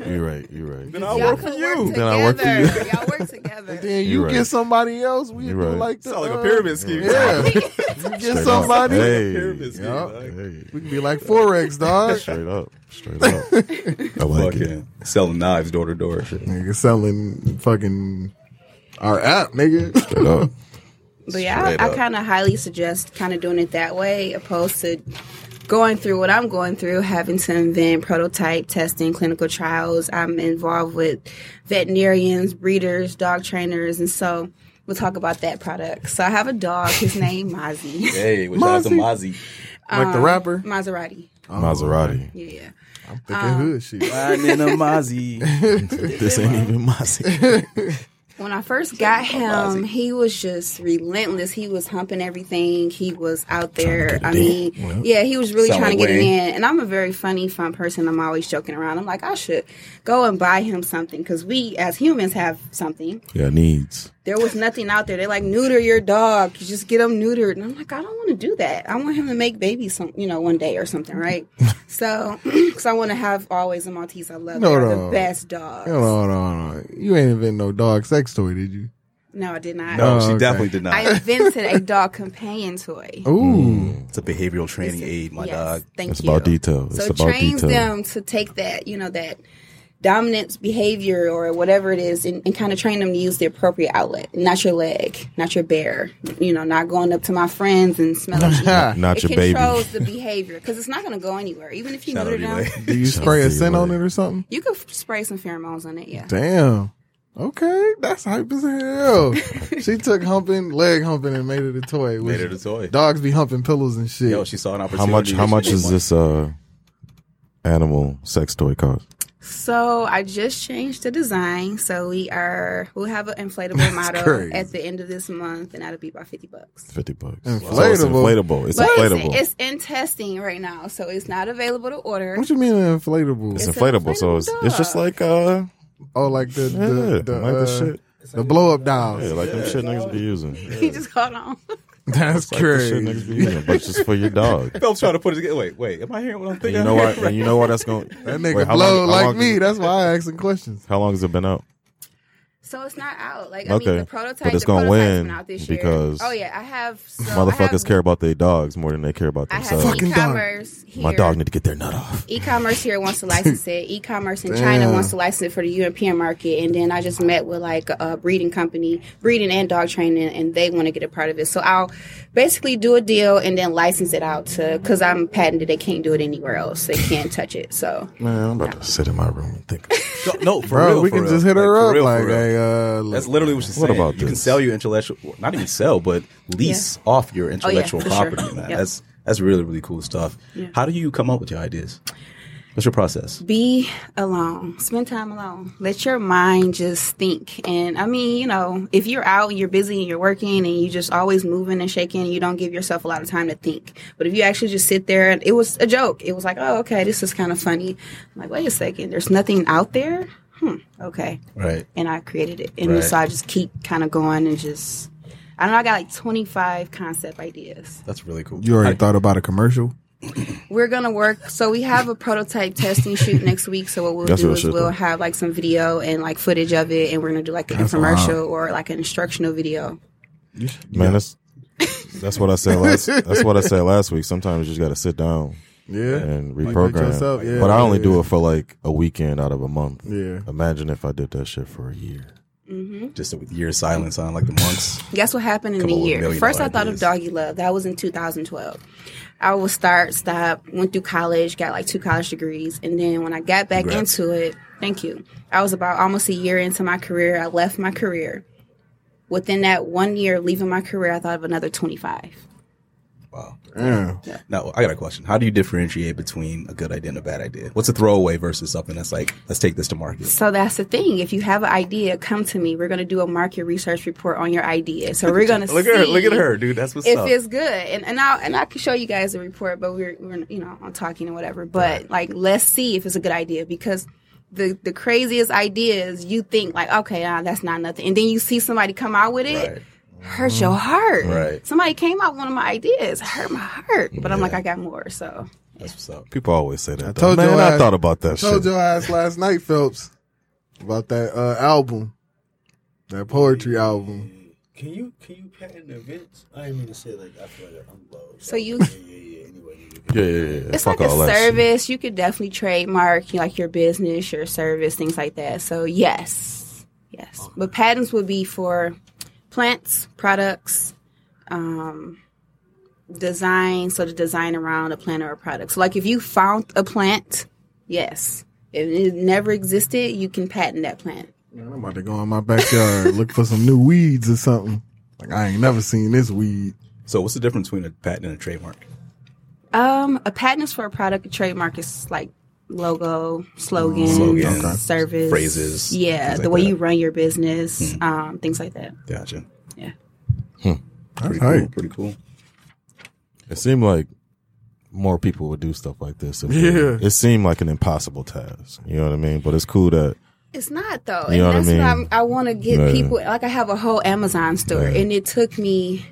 [SPEAKER 3] You're right. You're right.
[SPEAKER 6] Then I'll work for
[SPEAKER 4] can
[SPEAKER 6] you.
[SPEAKER 3] Then I work for you.
[SPEAKER 4] together. Y'all work together.
[SPEAKER 2] Then you
[SPEAKER 3] You're right.
[SPEAKER 2] get somebody else. We
[SPEAKER 3] You're
[SPEAKER 2] do
[SPEAKER 3] right.
[SPEAKER 2] like the
[SPEAKER 6] Sound like
[SPEAKER 2] uh,
[SPEAKER 6] a pyramid scheme.
[SPEAKER 2] Yeah. you get
[SPEAKER 3] Straight up.
[SPEAKER 2] somebody.
[SPEAKER 3] Hey.
[SPEAKER 6] Pyramid scheme.
[SPEAKER 2] Yeah.
[SPEAKER 6] dog.
[SPEAKER 3] Hey.
[SPEAKER 2] We can be like Forex, dog.
[SPEAKER 3] Straight up. Straight up. I like it.
[SPEAKER 1] Fucking selling knives door to door.
[SPEAKER 2] nigga selling fucking our app, nigga.
[SPEAKER 3] Straight up.
[SPEAKER 4] But yeah,
[SPEAKER 3] Straight
[SPEAKER 4] I, I
[SPEAKER 3] up.
[SPEAKER 4] kind of highly suggest kind of doing it that way, opposed to going through what I'm going through, having to invent prototype testing, clinical trials. I'm involved with veterinarians, breeders, dog trainers, and so we'll talk about that product. So I have a dog. His name Mozzie,
[SPEAKER 1] Hey, which out to Mozzie.
[SPEAKER 2] Like the rapper.
[SPEAKER 4] Maserati.
[SPEAKER 3] Maserati.
[SPEAKER 4] Yeah.
[SPEAKER 2] I'm thinking hood shit.
[SPEAKER 1] Riding in a Mozzie.
[SPEAKER 3] This ain't even my secret.
[SPEAKER 4] When I first got him, he was just relentless. He was humping everything. He was out there. I mean, yeah, he was really
[SPEAKER 1] Sound
[SPEAKER 4] trying to
[SPEAKER 1] like
[SPEAKER 4] get it
[SPEAKER 1] Wayne.
[SPEAKER 4] in. And I'm a very funny, fun person. I'm always joking around. I'm like, I should go and buy him something because we, as humans, have something.
[SPEAKER 3] Yeah, needs.
[SPEAKER 4] There was nothing out there. They're like, neuter your dog. You just get him neutered. And I'm like, I don't want to do that. I want him to make babies, some, you know, one day or something, right? so, because I want to have always a Maltese. I love
[SPEAKER 2] No,
[SPEAKER 4] no, They're
[SPEAKER 2] no.
[SPEAKER 4] the best dogs.
[SPEAKER 2] Hold on, hold on, hold on. You ain't invent no dog sex toy, did you?
[SPEAKER 4] No, I did not.
[SPEAKER 1] No,
[SPEAKER 2] Oh,
[SPEAKER 1] she
[SPEAKER 2] okay.
[SPEAKER 1] definitely did not.
[SPEAKER 3] Uh,
[SPEAKER 4] I invented a dog companion toy.
[SPEAKER 3] Oh,
[SPEAKER 2] Ooh.
[SPEAKER 3] Mm.
[SPEAKER 1] it's a behavioral training aid, my
[SPEAKER 4] Yes,
[SPEAKER 1] dog.
[SPEAKER 4] Thank
[SPEAKER 3] It's
[SPEAKER 4] you.
[SPEAKER 3] about detail. It's
[SPEAKER 4] So it
[SPEAKER 3] about
[SPEAKER 4] trains
[SPEAKER 3] detail.
[SPEAKER 4] them to take that, you know, that dominance behavior or whatever it is and, and kind of train them to use the appropriate outlet. Not your leg, not your bear, you know, not going up to my friends and smelling shit.
[SPEAKER 3] Not
[SPEAKER 4] it
[SPEAKER 3] your baby.
[SPEAKER 4] controls the behavior because it's not going to go anywhere. Even if you
[SPEAKER 1] Shout out
[SPEAKER 4] neuter
[SPEAKER 1] to
[SPEAKER 4] them,
[SPEAKER 1] Elaine.
[SPEAKER 2] Do you spray a scent on it or something?
[SPEAKER 4] you could f- spray some pheromones on it. Yeah.
[SPEAKER 2] Damn. Okay, that's hype as hell. she took humping, leg humping, and made it a toy. which
[SPEAKER 1] Made it a toy.
[SPEAKER 2] Dogs be humping pillows and shit.
[SPEAKER 1] Yo, she saw an
[SPEAKER 3] How
[SPEAKER 1] opportunity.
[SPEAKER 3] much? How
[SPEAKER 1] She
[SPEAKER 3] much
[SPEAKER 1] made
[SPEAKER 3] is
[SPEAKER 1] one.
[SPEAKER 3] this uh animal sex toy cost?
[SPEAKER 4] So I just changed the design. So we are we'll have an inflatable model
[SPEAKER 2] crazy.
[SPEAKER 4] at the end of this month, and that'll be about fifty bucks.
[SPEAKER 3] Fifty bucks. it's
[SPEAKER 2] Inflatable.
[SPEAKER 3] inflatable. It's
[SPEAKER 4] But
[SPEAKER 3] inflatable.
[SPEAKER 4] It's, it's in testing right now, so it's not available to order.
[SPEAKER 3] Oh,
[SPEAKER 2] what you mean an inflatable?
[SPEAKER 3] It's
[SPEAKER 4] It's an
[SPEAKER 3] inflatable, so it's,
[SPEAKER 4] inflatable
[SPEAKER 3] it's just
[SPEAKER 4] dog.
[SPEAKER 3] like uh
[SPEAKER 2] oh, like the
[SPEAKER 3] yeah,
[SPEAKER 2] the, the,
[SPEAKER 3] like
[SPEAKER 2] uh,
[SPEAKER 3] the shit,
[SPEAKER 2] the blow up dolls.
[SPEAKER 3] yeah, like them shit niggas be using. Yeah.
[SPEAKER 4] He just caught on.
[SPEAKER 2] That's
[SPEAKER 3] Like the shit niggas be using, but it's just for your dog.
[SPEAKER 6] Phelps trying to put it together. Wait, wait. Am I hearing what I'm
[SPEAKER 3] And
[SPEAKER 6] thinking?
[SPEAKER 3] you know what? And you know what? That's going.
[SPEAKER 2] That nigga blow like me. That's why I asking questions.
[SPEAKER 3] How long has it been out?
[SPEAKER 4] So it's not out. Like I
[SPEAKER 3] Okay.
[SPEAKER 4] mean, the prototype.
[SPEAKER 3] But it's
[SPEAKER 4] the
[SPEAKER 3] gonna
[SPEAKER 4] prototype's
[SPEAKER 3] win
[SPEAKER 4] been out this
[SPEAKER 3] because
[SPEAKER 4] year. oh yeah, I have so I
[SPEAKER 3] Motherfuckers
[SPEAKER 4] have,
[SPEAKER 3] care about their dogs more than they care about
[SPEAKER 4] I have
[SPEAKER 3] themselves.
[SPEAKER 2] Fucking dog.
[SPEAKER 4] e-commerce here.
[SPEAKER 3] My dog need to get their nut off.
[SPEAKER 4] E-commerce here wants to license it. E-commerce in China
[SPEAKER 2] Damn.
[SPEAKER 4] wants to license it for the European market, and then I just met with like a breeding company, breeding and dog training, and they want to get a part of it. So I'll basically do a deal and then license it out to because I'm patented. They can't do it anywhere else. They can't touch it. So
[SPEAKER 3] Man, I'm about to sit in my room and think.
[SPEAKER 1] No, no, for
[SPEAKER 2] Bro,
[SPEAKER 1] real,
[SPEAKER 2] we
[SPEAKER 1] for
[SPEAKER 2] can
[SPEAKER 1] real.
[SPEAKER 2] just hit her
[SPEAKER 1] for
[SPEAKER 2] up
[SPEAKER 1] real, for
[SPEAKER 2] like,
[SPEAKER 1] real.
[SPEAKER 2] hey, uh,
[SPEAKER 1] That's literally what she's
[SPEAKER 3] What
[SPEAKER 1] saying.
[SPEAKER 3] about
[SPEAKER 1] you can
[SPEAKER 3] this?
[SPEAKER 1] sell your intellectual, well, not even sell, but lease off your intellectual
[SPEAKER 4] Oh, for sure.
[SPEAKER 1] property. Man.
[SPEAKER 4] Yep.
[SPEAKER 1] That's that's really really cool stuff. How do you come up with your ideas? What's your process?
[SPEAKER 4] be alone. Spend time alone. Let your mind just think. And I mean, you know, if you're out and you're busy and you're working and you just always moving and shaking, you don't give yourself a lot of time to think. But if you actually just sit there and it was a joke. It was like, oh, okay, this is kind of funny. I'm like, wait a second, there's nothing out there. Hmm. Okay.
[SPEAKER 1] Right.
[SPEAKER 4] And I created it. And
[SPEAKER 1] Right.
[SPEAKER 4] so I just keep kind of going and just. I don't know I got like 25 concept ideas.
[SPEAKER 1] That's really cool.
[SPEAKER 2] you already
[SPEAKER 1] How-
[SPEAKER 2] thought about a commercial?
[SPEAKER 4] we're gonna work. So we have a prototype testing shoot next week. So what we'll
[SPEAKER 3] That's
[SPEAKER 4] do
[SPEAKER 3] real
[SPEAKER 4] is
[SPEAKER 3] shit,
[SPEAKER 4] we'll
[SPEAKER 3] though.
[SPEAKER 4] have like some video and like footage of it, and we're gonna do like an infomercial or like an instructional video.
[SPEAKER 3] Man, that's that's what I said last. that's what I said last week. Sometimes you just got to sit down
[SPEAKER 2] Yeah.
[SPEAKER 3] and
[SPEAKER 2] Like,
[SPEAKER 3] reprogram.
[SPEAKER 2] make yourself- yeah,
[SPEAKER 3] but I only
[SPEAKER 2] yeah.
[SPEAKER 3] do it for like a weekend out of a month.
[SPEAKER 2] Yeah.
[SPEAKER 3] Imagine if I did that shit for a year.
[SPEAKER 1] Just with year of silence on, like the monks.
[SPEAKER 4] Guess what happened in
[SPEAKER 1] Come
[SPEAKER 4] the
[SPEAKER 1] up with
[SPEAKER 4] year?
[SPEAKER 1] million
[SPEAKER 4] First, I
[SPEAKER 1] dollar
[SPEAKER 4] thought of
[SPEAKER 1] ideas.
[SPEAKER 4] Doggy Love. That was in 2012. I was start, stop, went through college, got like two college degrees, and then when I got back
[SPEAKER 1] Congrats.
[SPEAKER 4] into it, thank you. I was about almost a year into my career. I left my career. Within that one year of leaving my career, I thought of another 25.
[SPEAKER 1] Wow.
[SPEAKER 2] Yeah.
[SPEAKER 1] Now I got a question. How do you differentiate between a good idea and a bad idea? What's a throwaway versus something that's like, let's take this to market?
[SPEAKER 4] So that's the thing. If you have an idea, come to me. We're going to do a market research report on your idea. So we're going to
[SPEAKER 6] Look
[SPEAKER 4] see
[SPEAKER 6] at her. Look at her, dude. That's what's
[SPEAKER 4] if
[SPEAKER 6] up.
[SPEAKER 4] it's good and and I and I can show you guys the report, but we're we're you know I'm talking and whatever. But like let's see if it's a good idea because the the craziest ideas you think like okay ah, that's not nothing, and then you see somebody come out with it.
[SPEAKER 1] Right.
[SPEAKER 4] Hurt your
[SPEAKER 6] Mm-hmm.
[SPEAKER 4] heart.
[SPEAKER 1] Right.
[SPEAKER 4] Somebody came out with one of my ideas. Hurt my heart. But I'm like, I got more. So
[SPEAKER 1] That's what's up.
[SPEAKER 3] People always say that. I
[SPEAKER 2] told
[SPEAKER 3] Man,
[SPEAKER 2] your
[SPEAKER 3] I
[SPEAKER 2] ass-
[SPEAKER 3] thought about that
[SPEAKER 2] Told
[SPEAKER 3] shit.
[SPEAKER 2] your ass last night, Phelps, about that uh, album, that poetry album.
[SPEAKER 5] Can you can you patent the events? I didn't mean to say like I feel like I'm low.
[SPEAKER 4] So you-
[SPEAKER 5] Yeah, yeah, yeah. Anyway, you can-
[SPEAKER 3] yeah, yeah, yeah.
[SPEAKER 4] it's
[SPEAKER 3] Fuck
[SPEAKER 4] like a
[SPEAKER 3] all that shit.
[SPEAKER 4] service. You could definitely trademark you know, like your business, your service, things like that. So yes, yes. But patents would be for plants, products, um, design. So the design around a plant or a product. So like if you found a plant, yes, if it never existed, you can patent that plant.
[SPEAKER 2] Man, I'm about to go in my backyard look for some new weeds or something. Like I ain't never seen this weed.
[SPEAKER 1] So what's the difference between a patent and a trademark?
[SPEAKER 4] Um, a patent is for a product. A trademark is like logo, slogan,
[SPEAKER 1] Slogan, okay.
[SPEAKER 4] service,
[SPEAKER 1] Phrases,
[SPEAKER 4] Yeah,
[SPEAKER 1] things
[SPEAKER 4] the
[SPEAKER 1] like
[SPEAKER 4] way
[SPEAKER 1] that.
[SPEAKER 4] you run your business, um, things like that.
[SPEAKER 1] Gotcha.
[SPEAKER 4] Yeah.
[SPEAKER 2] That's
[SPEAKER 1] Hmm. Pretty cool.
[SPEAKER 2] right.
[SPEAKER 1] Pretty cool.
[SPEAKER 3] It seemed like more people would do stuff like this. if
[SPEAKER 2] Yeah.
[SPEAKER 3] It, it seemed like an impossible task. You know what I mean? But it's cool that
[SPEAKER 4] It's not though,
[SPEAKER 3] You know what I
[SPEAKER 4] and that's what, I'm,
[SPEAKER 3] mean?
[SPEAKER 4] I want to get
[SPEAKER 3] Yeah.
[SPEAKER 4] people. Like I have a whole Amazon store,
[SPEAKER 3] Yeah.
[SPEAKER 4] and it took me.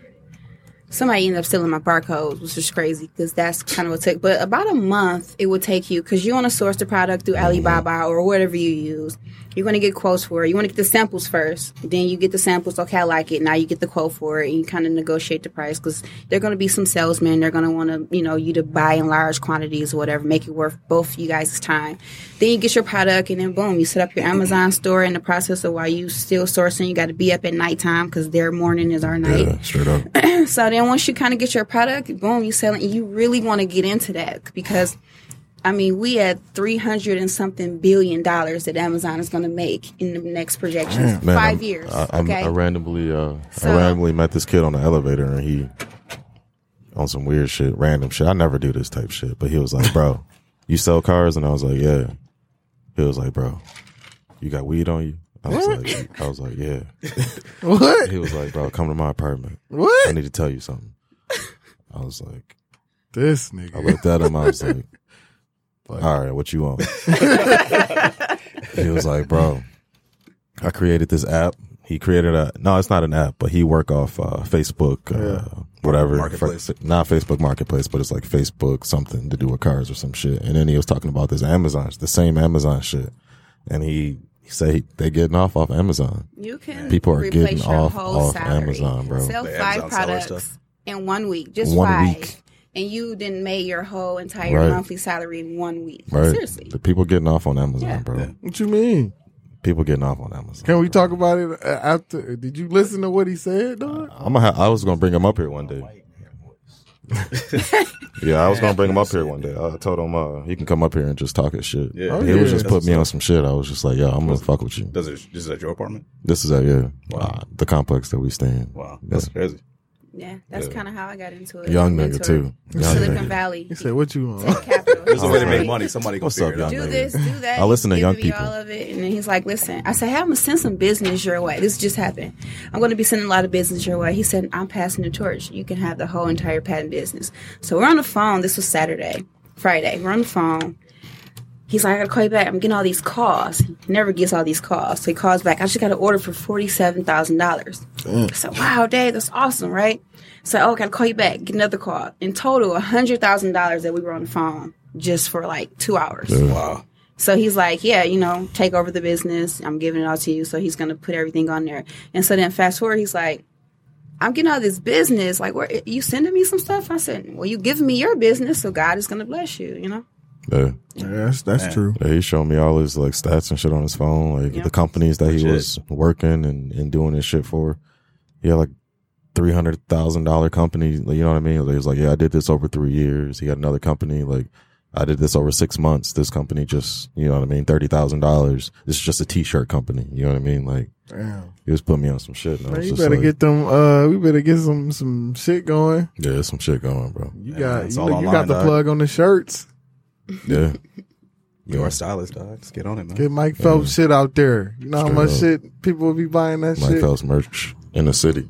[SPEAKER 4] Somebody ended up stealing my barcodes, which is crazy because that's kind of what took. But about a month it would take you because you want to source the product through Alibaba or whatever you use. You're going to get quotes for it. You want to get the samples first, then you get the samples. Okay, I like it. Now you get the quote for it, and you kind of negotiate the price because they're going to be some salesmen. They're going to want to, you know, you to buy in large quantities or whatever, make it worth both you guys' time. Then you get your product, and then boom, you set up your Amazon store. In the process of while you still sourcing, you got to be up at nighttime because their morning is our night.
[SPEAKER 3] yeah, straight up.
[SPEAKER 4] So then once you kind of get your product, boom, you selling. You really want to get into that because, I mean, we had three hundred and something billion dollars that Amazon is going to make in the next projections, 5
[SPEAKER 3] Man, I'm-
[SPEAKER 4] years.
[SPEAKER 3] I, I'm-
[SPEAKER 4] okay,
[SPEAKER 3] I randomly, uh, I
[SPEAKER 4] So-
[SPEAKER 3] randomly met this kid on the elevator, and he on some weird shit, random shit. I never do this type shit, but he was like, "Bro, you sell cars?" And I was like, "Yeah." He was like, "Bro, you got weed on you?" I was like, "I was like, yeah."
[SPEAKER 2] What?
[SPEAKER 3] He was like, "Bro, come to my apartment. I
[SPEAKER 2] What?
[SPEAKER 3] need to tell you something." I was like,
[SPEAKER 2] This
[SPEAKER 3] I
[SPEAKER 2] nigga.
[SPEAKER 3] looked at him. I was like, "All right, what you want?" he was like, "Bro, I created this app. He created a no, it's not an app, but he work off uh, Facebook, uh, whatever
[SPEAKER 1] Marketplace.
[SPEAKER 3] not Facebook Marketplace, but it's like Facebook something to do with cars or some shit." And then he was talking about this Amazon, the same Amazon shit, and he. he said he- they getting off off Amazon.
[SPEAKER 4] you can
[SPEAKER 3] People are
[SPEAKER 4] replace
[SPEAKER 3] getting
[SPEAKER 4] your
[SPEAKER 3] off-
[SPEAKER 4] whole
[SPEAKER 3] off
[SPEAKER 4] salary.
[SPEAKER 3] Amazon, bro.
[SPEAKER 4] Sell
[SPEAKER 1] The
[SPEAKER 4] five
[SPEAKER 1] Amazon seller
[SPEAKER 4] products
[SPEAKER 1] stuff.
[SPEAKER 4] in one week, just
[SPEAKER 3] One
[SPEAKER 4] five,
[SPEAKER 3] week.
[SPEAKER 4] and you didn't make your whole entire
[SPEAKER 3] Right.
[SPEAKER 4] monthly salary in one week.
[SPEAKER 3] Right?
[SPEAKER 4] Seriously,
[SPEAKER 3] The people getting off on Amazon,
[SPEAKER 4] Yeah.
[SPEAKER 3] bro.
[SPEAKER 2] What you mean?
[SPEAKER 3] People getting off on Amazon.
[SPEAKER 2] Can we talk about it uh, after? Did you listen to what he said, dog?
[SPEAKER 3] I'm gonna ha- I was gonna bring him up here one day. yeah, I was gonna bring him up here one day. I told him uh, he can come up here and just talk his shit.
[SPEAKER 1] Yeah.
[SPEAKER 2] Oh,
[SPEAKER 3] he was
[SPEAKER 2] yeah.
[SPEAKER 3] just put me on some shit. I was just like, yo, I'm gonna fuck with you.
[SPEAKER 1] Does it, this is at your apartment?
[SPEAKER 3] This is at yeah, uh, the complex that we stay in.
[SPEAKER 1] Wow.
[SPEAKER 3] Yeah.
[SPEAKER 1] That's crazy.
[SPEAKER 4] yeah, that's kind of how I got into it.
[SPEAKER 3] Young
[SPEAKER 4] Mentor.
[SPEAKER 3] nigga too. Young
[SPEAKER 4] Silicon
[SPEAKER 3] nigga.
[SPEAKER 4] Valley.
[SPEAKER 2] He said, "What you want?"
[SPEAKER 4] Capital.
[SPEAKER 1] There's a way to
[SPEAKER 3] Alright.
[SPEAKER 1] make money. Somebody go
[SPEAKER 3] What's
[SPEAKER 1] figure
[SPEAKER 3] up,
[SPEAKER 1] it out.
[SPEAKER 3] y'all?
[SPEAKER 4] do
[SPEAKER 3] Maybe.
[SPEAKER 4] this, do that.
[SPEAKER 3] I listen to
[SPEAKER 4] Give
[SPEAKER 3] young
[SPEAKER 4] me
[SPEAKER 3] people.
[SPEAKER 4] All of it, and then he's like, "Listen," I said, "Hey, I'm gonna send some business your way. This just happened. I'm gonna be sending a lot of business your way." He said, "I'm passing the torch. You can have the whole entire patent business." So we're on the phone. This was Saturday, Friday. We're on the phone. He's like, I gotta call you back. I'm getting all these calls. He never gets all these calls. So he calls back. I just got an order for forty-seven thousand dollars. So wow, Dave, that's awesome, right? So oh, I gotta call you back. Get another call. In total, hundred thousand dollars that we were on the phone just for like two hours.
[SPEAKER 1] Wow.
[SPEAKER 4] So he's like, yeah, you know, take over the business. I'm giving it all to you. So he's going to put everything on there. And so then fast forward, he's like, I'm getting all this business. Like, where you sending me some stuff? I said, well, you giving me your business, so God is going to bless you. You know,
[SPEAKER 3] Yeah.
[SPEAKER 2] Yeah, that's that's true.
[SPEAKER 3] Yeah, he showed me all his like stats and shit on his phone, like
[SPEAKER 4] Yeah.
[SPEAKER 3] the companies that he
[SPEAKER 6] Legit.
[SPEAKER 3] was working and, and doing his shit for. He had like three hundred thousand dollar company, like, you know what I mean? Like, he was like, yeah, I did this over three years. He got another company, like I did this over six months. This company just, you know what I mean, thirty thousand dollars. This is just a t-shirt company, you know what I mean? Like
[SPEAKER 2] Damn.
[SPEAKER 3] he was putting me on some shit. And I
[SPEAKER 2] Man,
[SPEAKER 3] was
[SPEAKER 2] you
[SPEAKER 3] just
[SPEAKER 2] better
[SPEAKER 3] like,
[SPEAKER 2] get them. Uh, we better get some some shit going.
[SPEAKER 3] yeah, there's some shit going, bro.
[SPEAKER 2] You
[SPEAKER 6] Yeah,
[SPEAKER 2] got
[SPEAKER 6] it's
[SPEAKER 2] you,
[SPEAKER 6] all
[SPEAKER 2] look- you got
[SPEAKER 6] online,
[SPEAKER 2] the
[SPEAKER 6] dog.
[SPEAKER 2] plug on the shirts.
[SPEAKER 3] Yeah,
[SPEAKER 1] You are stylist, dog. Let's get on it, man.
[SPEAKER 2] Get Mike Phelps shit out there. You know how
[SPEAKER 3] Straight
[SPEAKER 2] much
[SPEAKER 3] up.
[SPEAKER 2] shit people will be buying that
[SPEAKER 3] Mike
[SPEAKER 2] shit.
[SPEAKER 3] Phelps merch in the city.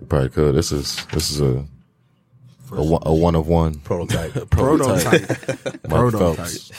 [SPEAKER 3] You probably could. This is this is a a, one- a one of one.
[SPEAKER 1] Prototype.
[SPEAKER 3] Mike
[SPEAKER 2] Prototype.
[SPEAKER 3] Phelps.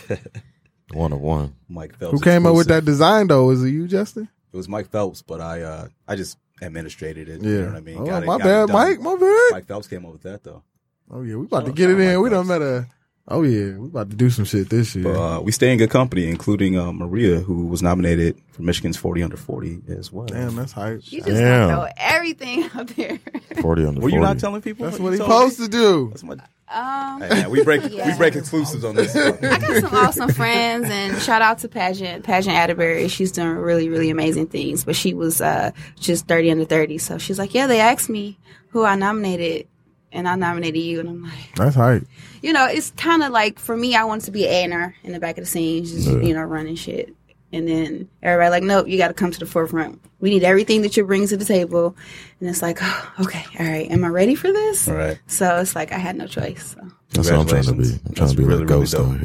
[SPEAKER 3] one of one.
[SPEAKER 1] Mike Phelps.
[SPEAKER 2] Who came up with that
[SPEAKER 1] exclusive.
[SPEAKER 2] design though? Is it you, Justin?
[SPEAKER 1] It was Mike Phelps, but I uh, I just administrated it.
[SPEAKER 2] Yeah.
[SPEAKER 1] You know what I mean?
[SPEAKER 2] Oh,
[SPEAKER 1] Got it-
[SPEAKER 2] my
[SPEAKER 1] got it
[SPEAKER 2] bad,
[SPEAKER 1] done.
[SPEAKER 2] Mike. My bad.
[SPEAKER 1] Mike Phelps came up with that though.
[SPEAKER 2] Oh yeah, we about to
[SPEAKER 1] Shout
[SPEAKER 2] get it
[SPEAKER 1] out
[SPEAKER 2] in.
[SPEAKER 1] Mike
[SPEAKER 2] We done
[SPEAKER 1] Phelps.
[SPEAKER 2] met a. Oh yeah, we about to do some shit this year.
[SPEAKER 1] But, uh, we stay in good company, including uh, Maria, who was nominated for Michigan's 40 under 40 as well.
[SPEAKER 2] Damn, that's hype.
[SPEAKER 4] you just
[SPEAKER 3] Damn.
[SPEAKER 4] gonna throw everything out there.
[SPEAKER 3] Forty under
[SPEAKER 1] Were you
[SPEAKER 3] forty.
[SPEAKER 1] not telling people?
[SPEAKER 2] That's
[SPEAKER 1] you
[SPEAKER 2] what he
[SPEAKER 1] told me?
[SPEAKER 2] supposed to do.
[SPEAKER 1] That's my-
[SPEAKER 4] um,
[SPEAKER 6] Hey, man, we break we
[SPEAKER 4] Yeah.
[SPEAKER 6] break exclusives on this. Stuff.
[SPEAKER 4] I got some awesome friends, and shout out to Pageant Pageant Atterbury. She's doing really, really amazing things. But she was uh, just thirty under thirty, so she's like, "Yeah, they asked me who I nominated, and I nominated you." And I'm like,
[SPEAKER 2] That's hype.
[SPEAKER 4] you know, it's kind of like for me, I wanted to be an A&R in the back of the scenes, just
[SPEAKER 3] Yeah.
[SPEAKER 4] you know, running shit. And then everybody like, nope, you got to come to the forefront. We need everything that you bring to the table. And it's like, oh, okay, all right, am I ready for this?
[SPEAKER 1] All right.
[SPEAKER 4] So it's like I had no choice. So.
[SPEAKER 3] That's what I'm trying to be.
[SPEAKER 1] Congratulations.
[SPEAKER 3] I'm trying
[SPEAKER 1] That's
[SPEAKER 3] to be
[SPEAKER 1] really,
[SPEAKER 3] like
[SPEAKER 1] really
[SPEAKER 3] Ghost
[SPEAKER 1] dope.
[SPEAKER 3] out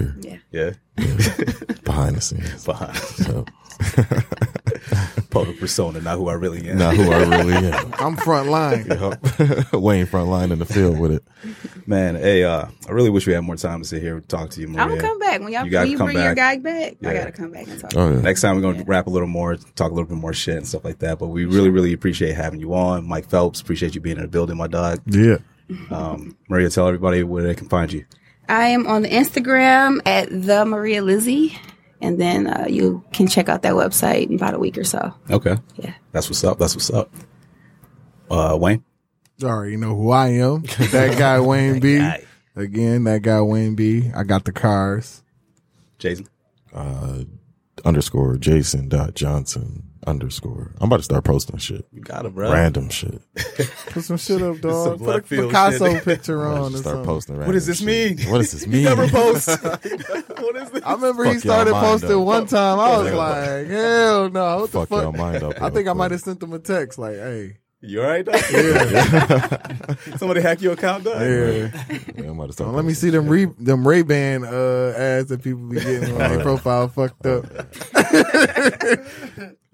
[SPEAKER 3] here
[SPEAKER 1] Yeah.
[SPEAKER 3] behind the scenes.
[SPEAKER 1] Behind.
[SPEAKER 3] So,
[SPEAKER 1] Public persona, not who I really am.
[SPEAKER 3] not who I really am.
[SPEAKER 2] I'm front line.
[SPEAKER 3] Wayne front line in the field with it.
[SPEAKER 1] Man, hey, uh, I really wish we had more time to sit here and talk to you, Maria.
[SPEAKER 4] I'm gonna come back when y'all
[SPEAKER 1] You
[SPEAKER 4] you
[SPEAKER 1] gotta
[SPEAKER 4] when you
[SPEAKER 1] come
[SPEAKER 4] bring your guy
[SPEAKER 1] back.
[SPEAKER 4] back.
[SPEAKER 1] Yeah.
[SPEAKER 4] I gotta come back and talk.
[SPEAKER 3] Oh yeah.
[SPEAKER 1] Next time we're gonna rap a little more, talk a little bit more shit and stuff like that. But we really, really appreciate having you on, Mike Phelps. Appreciate you being in the building, my dog.
[SPEAKER 2] yeah.
[SPEAKER 1] Um, Maria, tell everybody where they can find you.
[SPEAKER 4] I am on the Instagram at the Maria Lizzie, and then uh, you can check out that website in about a week or so.
[SPEAKER 1] Okay.
[SPEAKER 4] Yeah.
[SPEAKER 1] That's what's up. That's what's up. Uh, Wayne.
[SPEAKER 2] You already know who I am. That guy Wayne B. Again, that guy Wayne B. I got the cars.
[SPEAKER 1] Jason.
[SPEAKER 3] Uh, underscore Jason dot Johnson underscore. I'm about to start posting shit.
[SPEAKER 1] You got him, bro.
[SPEAKER 3] Random shit.
[SPEAKER 2] Put some shit up, dog. Put a
[SPEAKER 6] left field
[SPEAKER 2] Picasso
[SPEAKER 6] shit.
[SPEAKER 2] picture
[SPEAKER 3] I'm
[SPEAKER 2] on.
[SPEAKER 3] about to
[SPEAKER 2] Or
[SPEAKER 3] just start
[SPEAKER 2] something.
[SPEAKER 3] posting.
[SPEAKER 6] What does this
[SPEAKER 3] random shit.
[SPEAKER 6] mean?
[SPEAKER 3] What does this mean?
[SPEAKER 6] post. what is this?
[SPEAKER 2] I remember he
[SPEAKER 3] Fuck y'all
[SPEAKER 2] started
[SPEAKER 3] mind
[SPEAKER 2] posting
[SPEAKER 3] up.
[SPEAKER 2] one time. I was
[SPEAKER 3] y'all
[SPEAKER 2] like, hell no. What the
[SPEAKER 3] Fuck y'all
[SPEAKER 2] fuck?
[SPEAKER 3] mind up.
[SPEAKER 2] I
[SPEAKER 3] real
[SPEAKER 2] think I
[SPEAKER 3] quick.
[SPEAKER 2] might have sent him a text like, hey.
[SPEAKER 6] You all right? Doc? Somebody hack your account, dog?
[SPEAKER 2] Yeah.
[SPEAKER 3] Yeah, I might have
[SPEAKER 2] Well,
[SPEAKER 3] started.
[SPEAKER 2] let me
[SPEAKER 3] posting
[SPEAKER 2] see them re- them Ray Ban uh, ads that people be getting on their profile fucked up.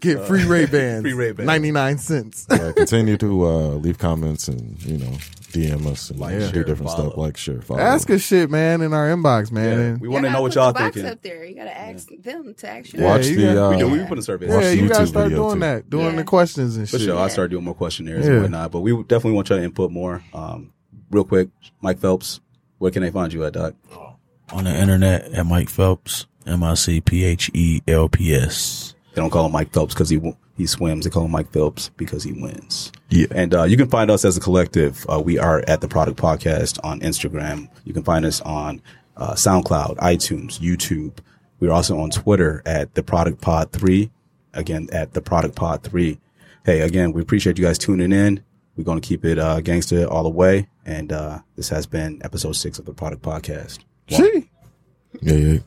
[SPEAKER 2] Get free Ray Bans,
[SPEAKER 6] Free Ray-Bans.
[SPEAKER 2] ninety nine cents.
[SPEAKER 3] Yeah, continue to uh, leave comments and you know DM us and
[SPEAKER 1] Like,
[SPEAKER 3] do
[SPEAKER 1] share,
[SPEAKER 3] different stuff
[SPEAKER 1] follow.
[SPEAKER 3] like share follow.
[SPEAKER 2] Ask us shit, man, in our inbox, man.
[SPEAKER 1] Yeah,
[SPEAKER 2] And-
[SPEAKER 1] we want to know what y'all thinking.
[SPEAKER 4] up there. You gotta ask them to actually.
[SPEAKER 2] Yeah,
[SPEAKER 3] Watch
[SPEAKER 2] you
[SPEAKER 3] the
[SPEAKER 2] got-
[SPEAKER 3] uh,
[SPEAKER 1] we do. We put a survey.
[SPEAKER 2] yeah,
[SPEAKER 3] the
[SPEAKER 2] you gotta
[SPEAKER 3] YouTube
[SPEAKER 2] start
[SPEAKER 3] video,
[SPEAKER 2] doing
[SPEAKER 3] too.
[SPEAKER 2] that, doing
[SPEAKER 4] Yeah.
[SPEAKER 2] the questions and
[SPEAKER 1] For
[SPEAKER 2] shit.
[SPEAKER 1] sure. I'll start doing more questionnaires
[SPEAKER 2] Yeah.
[SPEAKER 1] and whatnot. But we definitely want y'all to input more. Um, real quick, Mike Phelps, where can they find you at, Doc?
[SPEAKER 5] On the internet at Mike Phelps, M I C P H E L P S.
[SPEAKER 1] They don't call him Mike Phelps because he w- he swims. They call him Mike Phelps because he wins.
[SPEAKER 3] Yeah.
[SPEAKER 1] And uh, you can find us as a collective. Uh, we are at the Product Podcast on Instagram. You can find us on uh, SoundCloud, iTunes, YouTube. We're also on Twitter at the Product Pod Three. Again, at the Product Pod Three. Hey, again, we appreciate you guys tuning in. We're going to keep it uh, gangster all the way. And uh, this has been episode six of the Product Podcast.
[SPEAKER 3] Yeah, yeah.